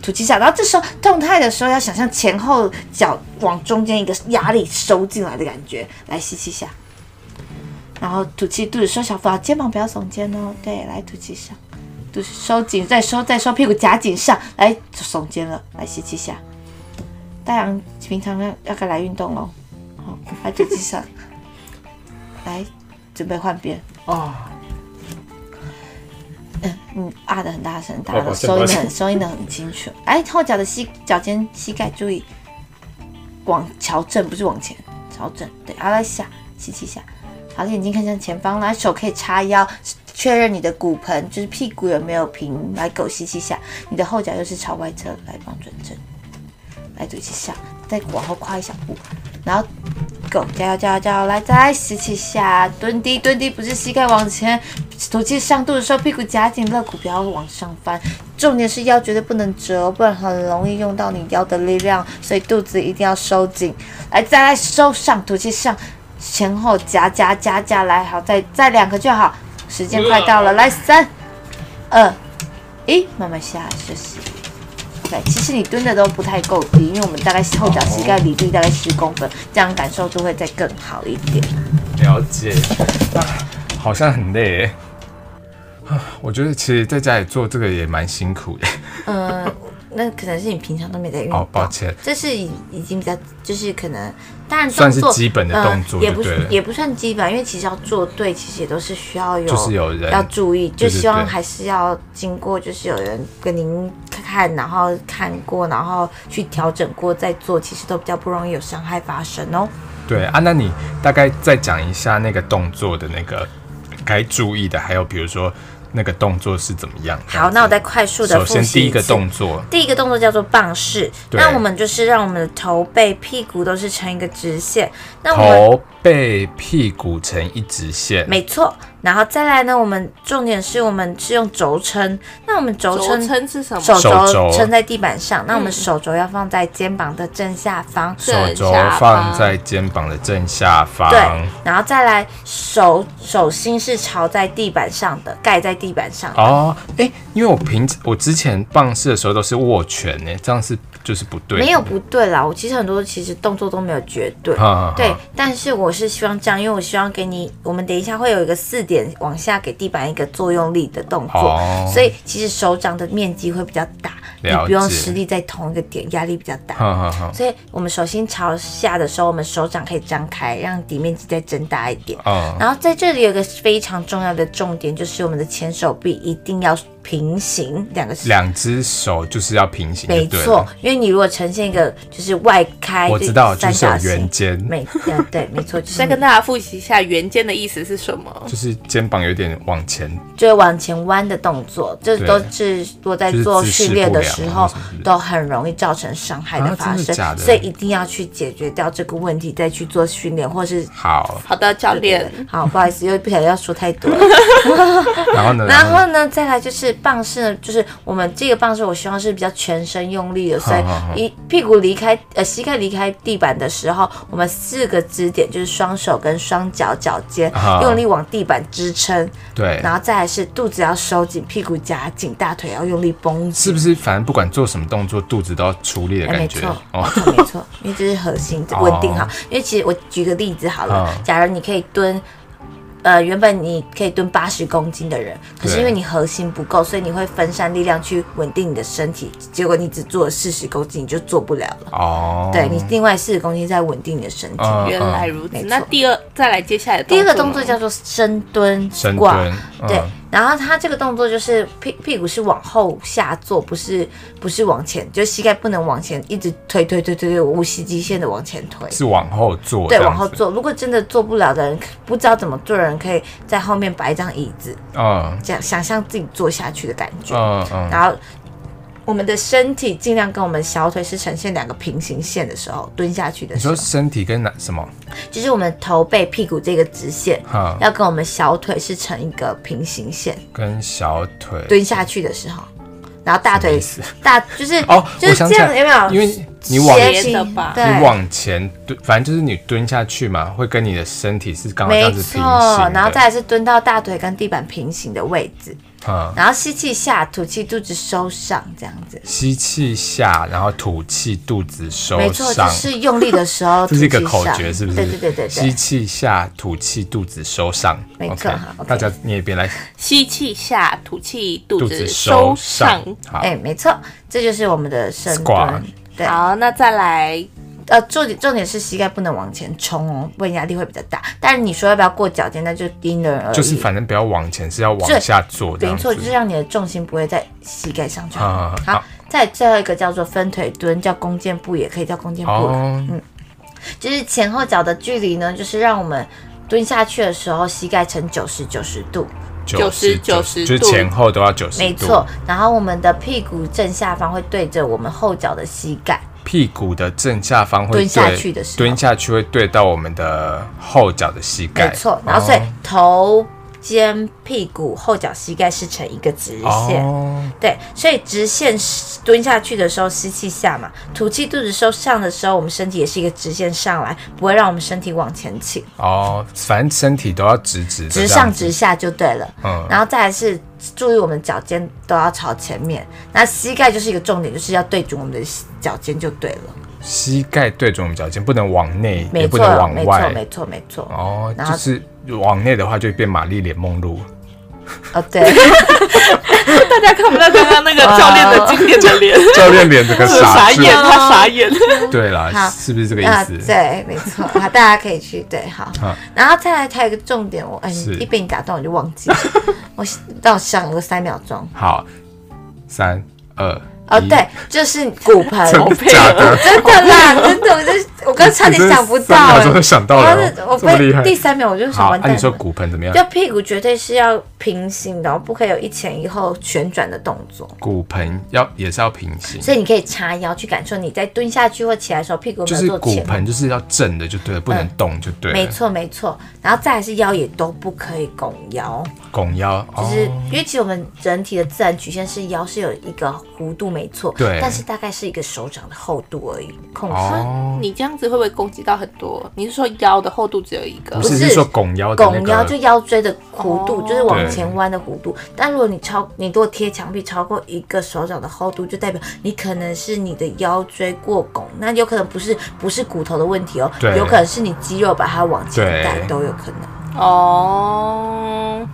[SPEAKER 3] 吐气下，然后这时候动态的时候要想象前后脚往中间一个压力收进来的感觉。来吸气下，然后吐气，肚子收小腹，好肩膀不要耸肩哦。对，来吐气上，肚子收紧，再收，再收，屁股夹紧上，来耸肩了，来吸气下。大洋平常要要该来运动喽，好，来吐 气上，来准备换边。
[SPEAKER 1] 啊，
[SPEAKER 3] 嗯，啊的很大声，大
[SPEAKER 1] 哦
[SPEAKER 3] 家都
[SPEAKER 1] 抱歉抱
[SPEAKER 3] 收音的
[SPEAKER 1] 歉
[SPEAKER 3] 很收音的很 清楚。哎，后脚的膝脚尖膝盖注意往朝正，不是往前，朝正。对，好来下吸气下，好眼睛看向前方，来手可以叉腰，确认你的骨盆就是屁股有没有平。来狗吸气下，你的后脚又是朝外侧，来帮转正，来吐气下，再往后跨一小步，然后狗加油加油加油！来，再来吸气下，蹲低蹲低，不是膝盖往前，吐气上肚的时候屁股夹紧，肋骨不要往上翻。重点是腰绝对不能折，不然很容易用到你腰的力量，所以肚子一定要收紧。来，再来收上，吐气上，前后夹夹夹夹，来，好，再再两个就好，时间快到了，来三二，一，慢慢下来休息。OK，其实你蹲的都不太够低，因为我们大概后脚膝盖离地大概十公分，这样感受度会再更好一点。
[SPEAKER 1] 了解，啊好像很累耶。啊，我觉得其实在家里做这个也蛮辛苦的。
[SPEAKER 3] 嗯，
[SPEAKER 5] 那可能是你平常都没在运
[SPEAKER 1] 哦
[SPEAKER 5] 动，，
[SPEAKER 1] 抱歉，
[SPEAKER 3] 这是已已经比较，就是可能，当然
[SPEAKER 1] 算是
[SPEAKER 3] 动作
[SPEAKER 1] 基本的动作
[SPEAKER 3] 呃、也
[SPEAKER 1] 就
[SPEAKER 3] 不
[SPEAKER 1] 对了
[SPEAKER 3] 是也不算基本，因为其实要做对，其实也都是需要有
[SPEAKER 1] 就是有人
[SPEAKER 3] 要注意，就
[SPEAKER 1] 对对
[SPEAKER 3] 希望
[SPEAKER 1] 对
[SPEAKER 3] 还是要经过，就是有人跟您看，然后看过，然后去调整过再做，其实都比较不容易有伤害发生哦。
[SPEAKER 1] 对啊，那你大概再讲一下那个动作的那个该注意的，还有比如说那个动作是怎么样？这样
[SPEAKER 3] 好，
[SPEAKER 1] 子
[SPEAKER 3] 那我再快速的
[SPEAKER 1] 首
[SPEAKER 3] 复
[SPEAKER 1] 先
[SPEAKER 3] 习
[SPEAKER 1] 第一个
[SPEAKER 3] 次
[SPEAKER 1] 动作，
[SPEAKER 3] 第一个动作叫做棒式，
[SPEAKER 1] 对
[SPEAKER 3] 那我们就是让我们的头、背、屁股都是成一个直线。那我们
[SPEAKER 1] 头背屁股成一直线，
[SPEAKER 3] 没错，然后再来呢，我们重点是我们是用轴撑，那我们轴
[SPEAKER 5] 轴
[SPEAKER 3] 撑。
[SPEAKER 5] 撑是什么？嗯
[SPEAKER 3] 手
[SPEAKER 1] 手
[SPEAKER 3] 肘
[SPEAKER 1] 肘
[SPEAKER 3] 撑在地板上，那我们手肘要放在肩膀的正下方，
[SPEAKER 1] 手
[SPEAKER 5] 正
[SPEAKER 1] 肘
[SPEAKER 5] 下方
[SPEAKER 1] 放在肩膀的正下方，
[SPEAKER 3] 对，然后再来手手心是朝在地板上的，盖在地板上。
[SPEAKER 1] 哦，哎、因为我平我之前棒式的时候都是握拳呢、这样是就是不对的，
[SPEAKER 3] 没有不对啦，我其实很多其实动作都没有绝对。
[SPEAKER 1] 啊，
[SPEAKER 3] 对
[SPEAKER 1] 啊，
[SPEAKER 3] 但是我是希望这样，因为我希望给你，我们等一下会有一个四点往下给地板一个作用力的动作，
[SPEAKER 1] 哦
[SPEAKER 3] 所以其实手掌的面积会比较大，你
[SPEAKER 1] 了
[SPEAKER 3] 不用
[SPEAKER 1] 解
[SPEAKER 3] 实力在同一个点，压力比较大。
[SPEAKER 1] 哈哈哈，
[SPEAKER 3] 所以我们手心朝下的时候，我们手掌可以张开，让底面积再增大一点。
[SPEAKER 1] 嗯，
[SPEAKER 3] 然后在这里有一个非常重要的重点，就是我们的前手臂一定要平行，两个是
[SPEAKER 1] 两只手就是要平行，
[SPEAKER 3] 没错，，因为你如果呈现一个就是外开，
[SPEAKER 1] 我知道，就
[SPEAKER 3] 三
[SPEAKER 1] 是有
[SPEAKER 3] 角形
[SPEAKER 1] 圆肩，
[SPEAKER 3] 没，嗯，对，没错，就是
[SPEAKER 5] 再跟大家复习一下圆肩的意思是什么？
[SPEAKER 1] 就是肩膀有点往前，
[SPEAKER 3] 就是往前弯的动作，这
[SPEAKER 1] 对
[SPEAKER 3] 都是我在
[SPEAKER 1] 就是
[SPEAKER 3] 做
[SPEAKER 1] 姿势
[SPEAKER 3] 训练的
[SPEAKER 1] 不良
[SPEAKER 3] 时
[SPEAKER 1] 啊
[SPEAKER 3] 候
[SPEAKER 1] 什么之类的
[SPEAKER 3] 都很容易造成伤害
[SPEAKER 1] 啊
[SPEAKER 3] 的发
[SPEAKER 1] 真的
[SPEAKER 3] 生，
[SPEAKER 1] 假的
[SPEAKER 3] 所以一定要去解决掉这个问题，再去做训练，或是
[SPEAKER 1] 好，
[SPEAKER 5] 好的，教练，
[SPEAKER 3] 好，不好意思，又不小心要说太多了。
[SPEAKER 1] 然后呢，
[SPEAKER 3] 然
[SPEAKER 1] 呢
[SPEAKER 3] 后呢，再来就是棒式呢，就是我们这个棒式，我希望是比较全身用力的，所
[SPEAKER 1] 好好好
[SPEAKER 3] 以一屁股离开呃膝盖离开地板的时候，我们四个支点就是双手跟双脚脚尖
[SPEAKER 1] 好
[SPEAKER 3] 用力往地板支撑，
[SPEAKER 1] 对，
[SPEAKER 3] 然后再来是肚子要收紧，屁股夹紧，大腿要用力绷
[SPEAKER 1] 是
[SPEAKER 3] 紧。
[SPEAKER 1] 不是反正不管做什么动作，肚子都要出力的
[SPEAKER 3] 哎，没
[SPEAKER 1] 感觉
[SPEAKER 3] 错，
[SPEAKER 1] 哦，
[SPEAKER 3] 没错，没错，因为这是核心
[SPEAKER 1] 哦
[SPEAKER 3] 稳定好。因为其实我举个例子好了
[SPEAKER 1] 嗯，
[SPEAKER 3] 假如你可以蹲，呃，原本你可以蹲八十公斤的人，可是
[SPEAKER 1] 对
[SPEAKER 3] 因为你核心不够，所以你会分散力量去稳定你的身体，结果你只做了四十公斤，你就做不了了。
[SPEAKER 1] 哦，
[SPEAKER 3] 对你另外四十公斤在稳定你的身体。
[SPEAKER 1] 嗯
[SPEAKER 5] 原来如
[SPEAKER 3] 没
[SPEAKER 5] 此。
[SPEAKER 3] 错
[SPEAKER 5] 那第二，再来接下来的
[SPEAKER 3] 第二个
[SPEAKER 5] 呢
[SPEAKER 3] 动作叫做深蹲
[SPEAKER 1] 深
[SPEAKER 3] squat
[SPEAKER 1] 蹲，
[SPEAKER 3] 对
[SPEAKER 1] 嗯，
[SPEAKER 3] 然后他这个动作就是屁屁股是往后下坐，不是不是往前，就是膝盖不能往前一直推推推推推，无极极限的往前推。
[SPEAKER 1] 是往后做，
[SPEAKER 3] 对，
[SPEAKER 1] 这样
[SPEAKER 3] 往后
[SPEAKER 1] 子，
[SPEAKER 3] 坐。如果真的做不了的人，不知道怎么做的人，可以在后面摆一张椅子，
[SPEAKER 1] 嗯
[SPEAKER 3] 这样想象自己坐下去的感觉。
[SPEAKER 1] 嗯嗯，
[SPEAKER 3] 然后我们的身体尽量跟我们小腿是呈现两个平行线的时候，蹲下去的
[SPEAKER 1] 你
[SPEAKER 3] 时候
[SPEAKER 1] 说，身体跟哪什么？
[SPEAKER 3] 就是我们头背屁股这个直线。
[SPEAKER 1] 哈，
[SPEAKER 3] 要跟我们小腿是成一个平行线，
[SPEAKER 1] 跟小腿，
[SPEAKER 3] 蹲下去的时候，然后大
[SPEAKER 1] 什么
[SPEAKER 3] 腿
[SPEAKER 1] 意思
[SPEAKER 3] 大就是
[SPEAKER 1] 哦
[SPEAKER 3] 就
[SPEAKER 1] 我
[SPEAKER 3] 是
[SPEAKER 1] 想
[SPEAKER 3] 这
[SPEAKER 1] 起来
[SPEAKER 3] 样有没有？
[SPEAKER 1] 因为你往
[SPEAKER 3] 斜
[SPEAKER 5] 斜
[SPEAKER 3] 倾
[SPEAKER 5] 的吧
[SPEAKER 3] 对，
[SPEAKER 1] 你往前蹲，反正就是你蹲下去嘛，会跟你的身体是刚好这
[SPEAKER 3] 没
[SPEAKER 1] 样子平
[SPEAKER 3] 错
[SPEAKER 1] 行的，，
[SPEAKER 3] 然后再来是蹲到大腿跟地板平行的位置，
[SPEAKER 1] 嗯，
[SPEAKER 3] 然后吸气下，吐气，肚子收上，这样子。
[SPEAKER 1] 吸气下，然后吐气，肚子收
[SPEAKER 3] 没错，就
[SPEAKER 1] 上。
[SPEAKER 3] 是用力的时 候
[SPEAKER 1] 这
[SPEAKER 3] 吐
[SPEAKER 1] 是
[SPEAKER 3] 气
[SPEAKER 1] 一
[SPEAKER 3] 上。
[SPEAKER 1] 个口诀，是不是？
[SPEAKER 3] 对对对对
[SPEAKER 1] 吸
[SPEAKER 3] 对。
[SPEAKER 1] 气下，吐气，肚子收上。
[SPEAKER 3] 没错
[SPEAKER 1] OK，
[SPEAKER 3] 好，OK
[SPEAKER 1] 大家你也别来，
[SPEAKER 5] 吸气下，吐气，肚
[SPEAKER 1] 肚
[SPEAKER 5] 子
[SPEAKER 1] 子
[SPEAKER 5] 收
[SPEAKER 1] 收
[SPEAKER 5] 上
[SPEAKER 1] 上。。好，
[SPEAKER 3] 哎，没错，这就是我们的深
[SPEAKER 1] Squat
[SPEAKER 3] 蹲。对，
[SPEAKER 5] 好，那再 来
[SPEAKER 3] 呃，重点重点是膝盖不能往前冲哦，不然压力会比较大。但是你说要不要过脚尖，那就因人而异。
[SPEAKER 1] 就是反正不要往前，是要
[SPEAKER 3] 这
[SPEAKER 1] 往下做这
[SPEAKER 3] 没
[SPEAKER 1] 样
[SPEAKER 3] 错，
[SPEAKER 1] 子。
[SPEAKER 3] 就是让你的重心不会在膝盖上就好。
[SPEAKER 1] 啊
[SPEAKER 3] 好，再最后一个叫做分腿蹲，叫弓箭步，也可以叫弓箭步啦。
[SPEAKER 1] 哦，
[SPEAKER 3] 就是前后脚的距离呢，就是让我们蹲下去的时候，膝盖呈九十九十度，
[SPEAKER 1] 90
[SPEAKER 5] 90
[SPEAKER 1] 就是前后都要九十度。
[SPEAKER 3] 没错。然后我们的屁股正下方会对着我们后脚的膝盖，
[SPEAKER 1] 屁股的正下方会
[SPEAKER 3] 蹲下
[SPEAKER 1] 对
[SPEAKER 3] 去的时候
[SPEAKER 1] 蹲下去会对到我们的后脚的膝
[SPEAKER 3] 没
[SPEAKER 1] 盖。哦
[SPEAKER 3] 错。然后所以头、肩、屁股、后脚、膝盖是成一个直线。
[SPEAKER 1] 哦，
[SPEAKER 3] 对，所以直线蹲下去的时候，吸气下嘛，吐气肚子收上的时候，我们身体也是一个直线上来，不会让我们身体往前倾，
[SPEAKER 1] 哦，反正身体都要直直的，
[SPEAKER 3] 直上直，下就对了。
[SPEAKER 1] 嗯，
[SPEAKER 3] 然后再来是注意我们脚尖都要朝前面，那膝盖就是一个重点，就是要对准我们的脚尖就对了。
[SPEAKER 1] 膝盖对准我们脚尖，不能往内，也
[SPEAKER 3] 没
[SPEAKER 1] 不
[SPEAKER 3] 错
[SPEAKER 1] 能，往
[SPEAKER 3] 没错，
[SPEAKER 1] 外
[SPEAKER 3] 没。错，没错。
[SPEAKER 1] 哦，
[SPEAKER 3] 然后
[SPEAKER 1] 就是往内的话就会变玛丽莲梦露。
[SPEAKER 3] 哦，对，
[SPEAKER 5] 大家看不到刚刚那个教练的经典的脸，
[SPEAKER 1] 教练脸整个 傻
[SPEAKER 5] 傻
[SPEAKER 1] 住
[SPEAKER 5] 眼，。他傻眼。
[SPEAKER 1] 对啦，
[SPEAKER 3] 好
[SPEAKER 1] 是不是这个意
[SPEAKER 3] 啊，
[SPEAKER 1] 思？
[SPEAKER 3] 对，没错，好，大家可以去对，好
[SPEAKER 1] 啊。
[SPEAKER 3] 然后再来，还有一个重点，我哎，
[SPEAKER 1] 是
[SPEAKER 3] 一被你打断我就忘记 了，我让我想个三秒钟。
[SPEAKER 1] 好，三二
[SPEAKER 3] 哦，
[SPEAKER 1] 一
[SPEAKER 3] 对，就是骨盆，
[SPEAKER 1] 嗯真的假的？
[SPEAKER 3] 真的啦，真的，我就我刚 差点想不到
[SPEAKER 1] 三秒
[SPEAKER 3] 哎、
[SPEAKER 1] 钟就想到
[SPEAKER 3] 我
[SPEAKER 1] 了
[SPEAKER 3] 要是我
[SPEAKER 1] 哦，这么厉害
[SPEAKER 3] 被。第三秒我就想
[SPEAKER 1] 好，
[SPEAKER 3] 完
[SPEAKER 1] 那
[SPEAKER 3] 蛋
[SPEAKER 1] 你
[SPEAKER 3] 了。
[SPEAKER 1] 说骨盆怎么样
[SPEAKER 3] 就？屁股绝对是要平行的哦，不可以有一前一后旋转的动作。
[SPEAKER 1] 骨盆要也是要平行，
[SPEAKER 3] 所以你可以叉腰去感受你在蹲下去或起来的时候，屁股有
[SPEAKER 1] 就
[SPEAKER 3] 没
[SPEAKER 1] 是
[SPEAKER 3] 有做
[SPEAKER 1] 骨
[SPEAKER 3] 前。
[SPEAKER 1] 盆就是要正的就对了，不能
[SPEAKER 3] 嗯
[SPEAKER 1] 动就对了。
[SPEAKER 3] 没，错没错，然后再来是腰也都不可以拱腰，
[SPEAKER 1] 拱腰
[SPEAKER 3] 就是、
[SPEAKER 1] 哦，
[SPEAKER 3] 因为其实我们人体的自然曲线是腰是有一个弧度没错，
[SPEAKER 1] 对
[SPEAKER 3] 但是大概是一个手掌的厚度而已，控制。
[SPEAKER 1] 哦，
[SPEAKER 5] 你这样子会不会攻击到很多？你是说腰的厚度只有一个
[SPEAKER 1] 不？是
[SPEAKER 3] 不
[SPEAKER 1] 是
[SPEAKER 3] 是
[SPEAKER 1] 说拱腰的那
[SPEAKER 3] 拱
[SPEAKER 1] 个
[SPEAKER 3] 腰就腰椎的弧度，
[SPEAKER 5] 哦
[SPEAKER 3] 就是往前弯的弧度。但如果你超，你如果贴墙壁超过一个手掌的厚度，就代表你可能是你的腰椎过拱，那有可能不是不是骨头的问题哦
[SPEAKER 1] 对，
[SPEAKER 3] 有可能是你肌肉把它往前带
[SPEAKER 1] 对嗯
[SPEAKER 3] 都有可能。
[SPEAKER 5] 哦，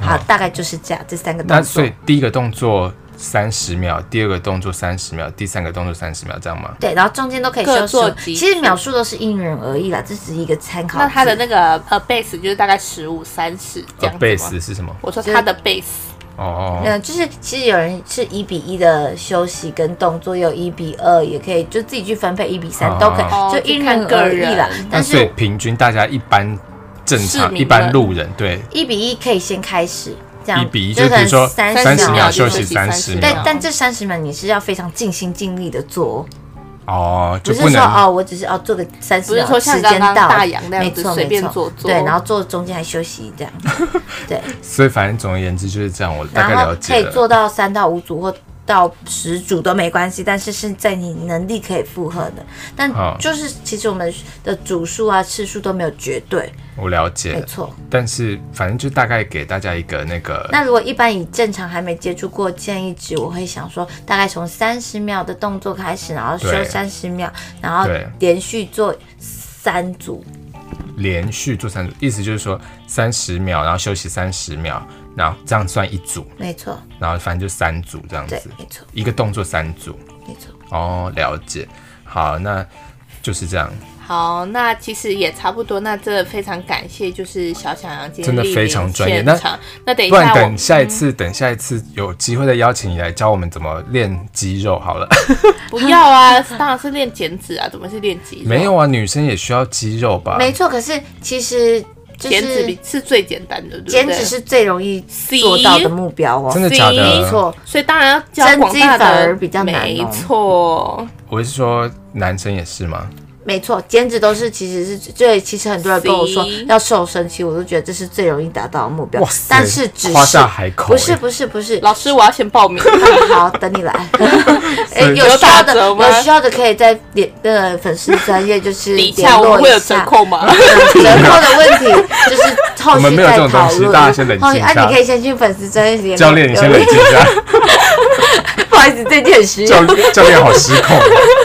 [SPEAKER 3] 好，大概就是这样，这三个
[SPEAKER 1] 那
[SPEAKER 3] 动作
[SPEAKER 1] 所以。第一个动作三十秒，第二个动作三十秒，第三个动作三十秒，这样吗？
[SPEAKER 3] 对，然后中间都可以
[SPEAKER 5] 各
[SPEAKER 3] 休息哦
[SPEAKER 5] 做。几
[SPEAKER 3] 其实秒数都是因人而异啦，这只是一个参考字。
[SPEAKER 5] 那它的那个呃 base 就是大概十五三十这
[SPEAKER 1] 呃
[SPEAKER 5] 样子吗
[SPEAKER 1] ，base 是什么？
[SPEAKER 5] 我说它的 base
[SPEAKER 1] 哦哦哦，
[SPEAKER 3] 嗯，就是其实有人是一比一的休息跟动作，也有一比二，也可以就自己去分配一比三、
[SPEAKER 1] 哦
[SPEAKER 3] 都可
[SPEAKER 5] 哦
[SPEAKER 3] 以，就因
[SPEAKER 5] 就
[SPEAKER 3] 人
[SPEAKER 5] 看个
[SPEAKER 3] 而异啦
[SPEAKER 5] 人。
[SPEAKER 1] 那
[SPEAKER 3] 但
[SPEAKER 1] 所以
[SPEAKER 3] 是
[SPEAKER 1] 平均大家一般正
[SPEAKER 5] 市
[SPEAKER 1] 常
[SPEAKER 5] 民
[SPEAKER 1] 一般路人对
[SPEAKER 3] 一比一可以先开始，这样
[SPEAKER 1] 一比一，
[SPEAKER 3] 就
[SPEAKER 1] 就是比如说
[SPEAKER 3] 三
[SPEAKER 5] 30
[SPEAKER 1] 十
[SPEAKER 5] 秒
[SPEAKER 1] 休
[SPEAKER 5] 就
[SPEAKER 1] 息
[SPEAKER 5] 休息
[SPEAKER 1] 三十
[SPEAKER 5] 30
[SPEAKER 1] 秒
[SPEAKER 3] 对
[SPEAKER 5] 秒，
[SPEAKER 3] 但这三十秒你是要非常尽心尽力的做哦，
[SPEAKER 1] 哦，
[SPEAKER 3] 不
[SPEAKER 1] 就是不
[SPEAKER 3] 说
[SPEAKER 1] 能
[SPEAKER 3] 哦，我只是哦做个三十
[SPEAKER 5] 不是
[SPEAKER 3] 秒，
[SPEAKER 5] 说像
[SPEAKER 3] 时间
[SPEAKER 5] 刚刚
[SPEAKER 3] 到了，
[SPEAKER 5] 大洋那样
[SPEAKER 3] 没
[SPEAKER 5] 子
[SPEAKER 3] 错
[SPEAKER 5] 随
[SPEAKER 3] 没
[SPEAKER 5] 便
[SPEAKER 3] 错
[SPEAKER 5] 做，做
[SPEAKER 3] 对，然后做中间还休息这样， 对，
[SPEAKER 1] 所以反正总而言之就是这样，我大概
[SPEAKER 3] 然后
[SPEAKER 1] 了
[SPEAKER 3] 可
[SPEAKER 1] 解
[SPEAKER 3] 以
[SPEAKER 1] 了。
[SPEAKER 3] 做到三到五组或到十组都没关系，但是是在你能力可以负荷的。但
[SPEAKER 1] 好
[SPEAKER 3] 就是其实我们的组数啊、次数都没有绝对，
[SPEAKER 1] 我了解
[SPEAKER 3] 没
[SPEAKER 1] 了，
[SPEAKER 3] 错。
[SPEAKER 1] 但是反正就大概给大家一个那个
[SPEAKER 3] 那如果一般以正常还没接触过建议值，我会想说大概从三十秒的动作开始，然后休
[SPEAKER 1] 对
[SPEAKER 3] 三十秒，然后
[SPEAKER 1] 对
[SPEAKER 3] 连续做三组。
[SPEAKER 1] 连续做三组，意思就是说三十秒，然后休息三十秒，然后这样算一组，
[SPEAKER 3] 没错，
[SPEAKER 1] 然后反正就三组这样
[SPEAKER 3] 对
[SPEAKER 1] 子，，
[SPEAKER 3] 没错，
[SPEAKER 1] 一个动作三组。
[SPEAKER 3] 没错。
[SPEAKER 1] 哦，了解。好，那就是这样，
[SPEAKER 5] 好，那其实也差不多。那这非常感谢，就是小小杨今天
[SPEAKER 1] 真的
[SPEAKER 5] 莅临
[SPEAKER 1] 非常专业
[SPEAKER 5] 现
[SPEAKER 1] 那
[SPEAKER 5] 场那等一
[SPEAKER 1] 不然
[SPEAKER 5] 下我
[SPEAKER 1] 等下一次，
[SPEAKER 3] 嗯
[SPEAKER 1] 等下一次有机会再邀请你来教我们怎么练肌肉好了。
[SPEAKER 5] 不要啊，当然是练减脂啊，怎么是练肌肉？
[SPEAKER 1] 没有啊，女生也需要肌肉吧？
[SPEAKER 3] 没错，可是其实就
[SPEAKER 5] 减脂
[SPEAKER 3] 是
[SPEAKER 5] 比是最简单的，对不对
[SPEAKER 3] 减脂是最容易做到的目标哦。
[SPEAKER 1] 真的假
[SPEAKER 3] 没
[SPEAKER 1] 的？
[SPEAKER 3] 错，
[SPEAKER 5] 所以当然要教广大
[SPEAKER 3] 增肌反
[SPEAKER 5] 的，
[SPEAKER 3] 而比较难哦
[SPEAKER 5] 没错，
[SPEAKER 1] 我是说男生也是吗？
[SPEAKER 3] 没错，减脂都是其实是最，其实很多人跟我说
[SPEAKER 5] See？
[SPEAKER 3] 要瘦身，其实我都觉得这是最容易达到的目标
[SPEAKER 1] 哇塞。
[SPEAKER 3] 但是只
[SPEAKER 1] 夸
[SPEAKER 3] 是
[SPEAKER 1] 下海口
[SPEAKER 3] 不是
[SPEAKER 1] 欸
[SPEAKER 3] 不是不是，
[SPEAKER 5] 老师我要先报 名。
[SPEAKER 3] 好，等 你来。哎、
[SPEAKER 1] 所以
[SPEAKER 3] 有需要的
[SPEAKER 5] 有打折吗
[SPEAKER 3] 有需要的可以在联呃粉丝专业就是
[SPEAKER 5] 底
[SPEAKER 3] 联
[SPEAKER 5] 下我
[SPEAKER 3] 络
[SPEAKER 5] 们会有
[SPEAKER 3] 一
[SPEAKER 5] 折
[SPEAKER 3] 下。
[SPEAKER 5] 扣吗？
[SPEAKER 3] 折扣的问题就是后
[SPEAKER 1] 我们
[SPEAKER 3] 续
[SPEAKER 1] 没有这
[SPEAKER 3] 再
[SPEAKER 1] 种东
[SPEAKER 3] 讨
[SPEAKER 1] 西
[SPEAKER 3] 论。
[SPEAKER 1] 大家先冷静
[SPEAKER 3] 后续
[SPEAKER 1] 一下
[SPEAKER 3] 啊，你可以先去粉丝专业联络
[SPEAKER 1] 教练，你先冷静一下。
[SPEAKER 3] 不好意思，最近很虚。
[SPEAKER 1] 教教练好失控哦。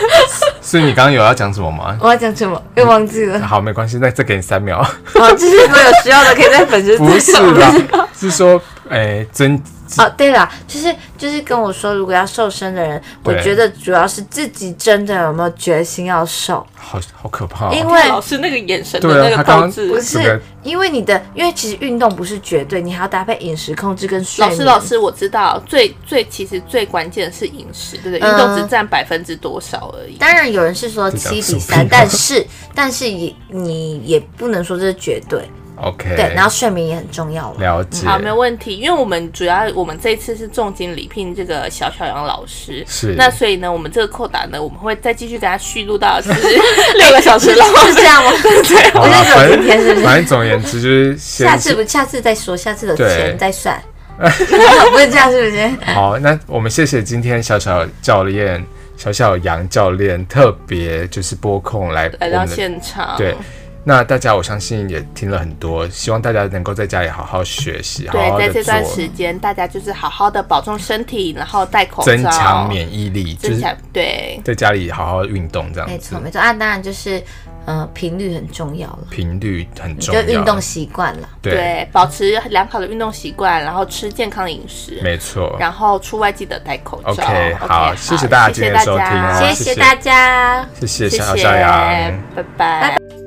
[SPEAKER 1] 所以你刚刚有要讲什么吗？
[SPEAKER 3] 我要讲什么？又忘 记了。
[SPEAKER 1] 好，没关系，那再给你三秒。
[SPEAKER 3] 哦，就是如果有需要的，可以在粉丝专
[SPEAKER 1] 不
[SPEAKER 3] 业
[SPEAKER 1] 是啦，是说，哎、增肌
[SPEAKER 3] 哦，对了，就是就是跟我说，如果要瘦身的人，我
[SPEAKER 1] 对
[SPEAKER 3] 觉得主要是自己真的有没有决心要瘦，
[SPEAKER 1] 好好可怕、
[SPEAKER 3] 因
[SPEAKER 1] 哦。
[SPEAKER 3] 为
[SPEAKER 5] 老师那个眼神的
[SPEAKER 1] 对啊
[SPEAKER 5] 那
[SPEAKER 1] 他
[SPEAKER 5] 个
[SPEAKER 1] 刚
[SPEAKER 5] 斗
[SPEAKER 1] 刚
[SPEAKER 5] 志
[SPEAKER 3] 不。
[SPEAKER 1] 这个
[SPEAKER 3] 是因为你的，因为其实运动不是绝对，你还要搭配饮食控制跟睡
[SPEAKER 5] 老
[SPEAKER 3] 眠。
[SPEAKER 5] 师，老，师，我知道，最最其实最关键的是饮食，对不对？
[SPEAKER 3] 嗯
[SPEAKER 5] 运动只占百分之多少而已。
[SPEAKER 3] 当然有人是说
[SPEAKER 1] 这讲
[SPEAKER 3] 七比
[SPEAKER 1] 什么
[SPEAKER 3] 三，但是但是也你也不能说这是绝对，
[SPEAKER 1] OK，
[SPEAKER 3] 对，然后睡眠也很重要了。
[SPEAKER 1] 了解，
[SPEAKER 2] 好，没有问题，因为我们主要我们这次是重金礼聘这个小小杨老师，
[SPEAKER 1] 是
[SPEAKER 2] 那所以呢，我们这个扣打呢，我们会再继续给他续录到就是 六个小时喽。
[SPEAKER 3] 是这样吗？
[SPEAKER 1] 好
[SPEAKER 3] 我
[SPEAKER 1] 啦
[SPEAKER 3] 现在
[SPEAKER 1] 反
[SPEAKER 3] 只有今天是不
[SPEAKER 1] 正反
[SPEAKER 3] 是？
[SPEAKER 1] 正总而言之就是先
[SPEAKER 3] 下次不，下次再说，下次有
[SPEAKER 1] 对
[SPEAKER 3] 钱再 算。 不是这样，是不是？
[SPEAKER 1] 好，那我们谢谢今天小小教练、小小杨教练特别就是拨空来
[SPEAKER 2] 来
[SPEAKER 1] 我
[SPEAKER 2] 到
[SPEAKER 1] 们的
[SPEAKER 2] 现场，
[SPEAKER 1] 对。那大家，我相信也听了很多，希望大家能够在家里好好学习，好
[SPEAKER 2] 对，
[SPEAKER 1] 好
[SPEAKER 2] 在
[SPEAKER 1] 的
[SPEAKER 2] 这段
[SPEAKER 1] 做，
[SPEAKER 2] 时间，大家就是好好的保重身体，然后戴
[SPEAKER 3] 哦
[SPEAKER 2] 口罩，
[SPEAKER 1] 增强免疫力，就
[SPEAKER 2] 增
[SPEAKER 1] 是
[SPEAKER 2] 强对。
[SPEAKER 1] 在家里好好运动这
[SPEAKER 3] 没
[SPEAKER 1] 样子
[SPEAKER 3] 错，，没错啊，当然就是，呃，频率很重要了，
[SPEAKER 1] 频率很重
[SPEAKER 3] 就
[SPEAKER 1] 要。
[SPEAKER 3] 运动习惯了。
[SPEAKER 1] 对，
[SPEAKER 2] 保持良好的运动习惯，然后吃健康饮食，
[SPEAKER 1] 没错。
[SPEAKER 2] 然后出外记得戴口罩。
[SPEAKER 1] OK，好
[SPEAKER 2] OK，
[SPEAKER 1] 谢谢大家今天的收听哦
[SPEAKER 2] 谢谢大家
[SPEAKER 1] 好
[SPEAKER 3] 谢
[SPEAKER 1] 谢谢谢谢
[SPEAKER 3] 谢大家。
[SPEAKER 2] 谢
[SPEAKER 1] 小
[SPEAKER 2] 谢
[SPEAKER 1] 小杨。
[SPEAKER 2] 拜拜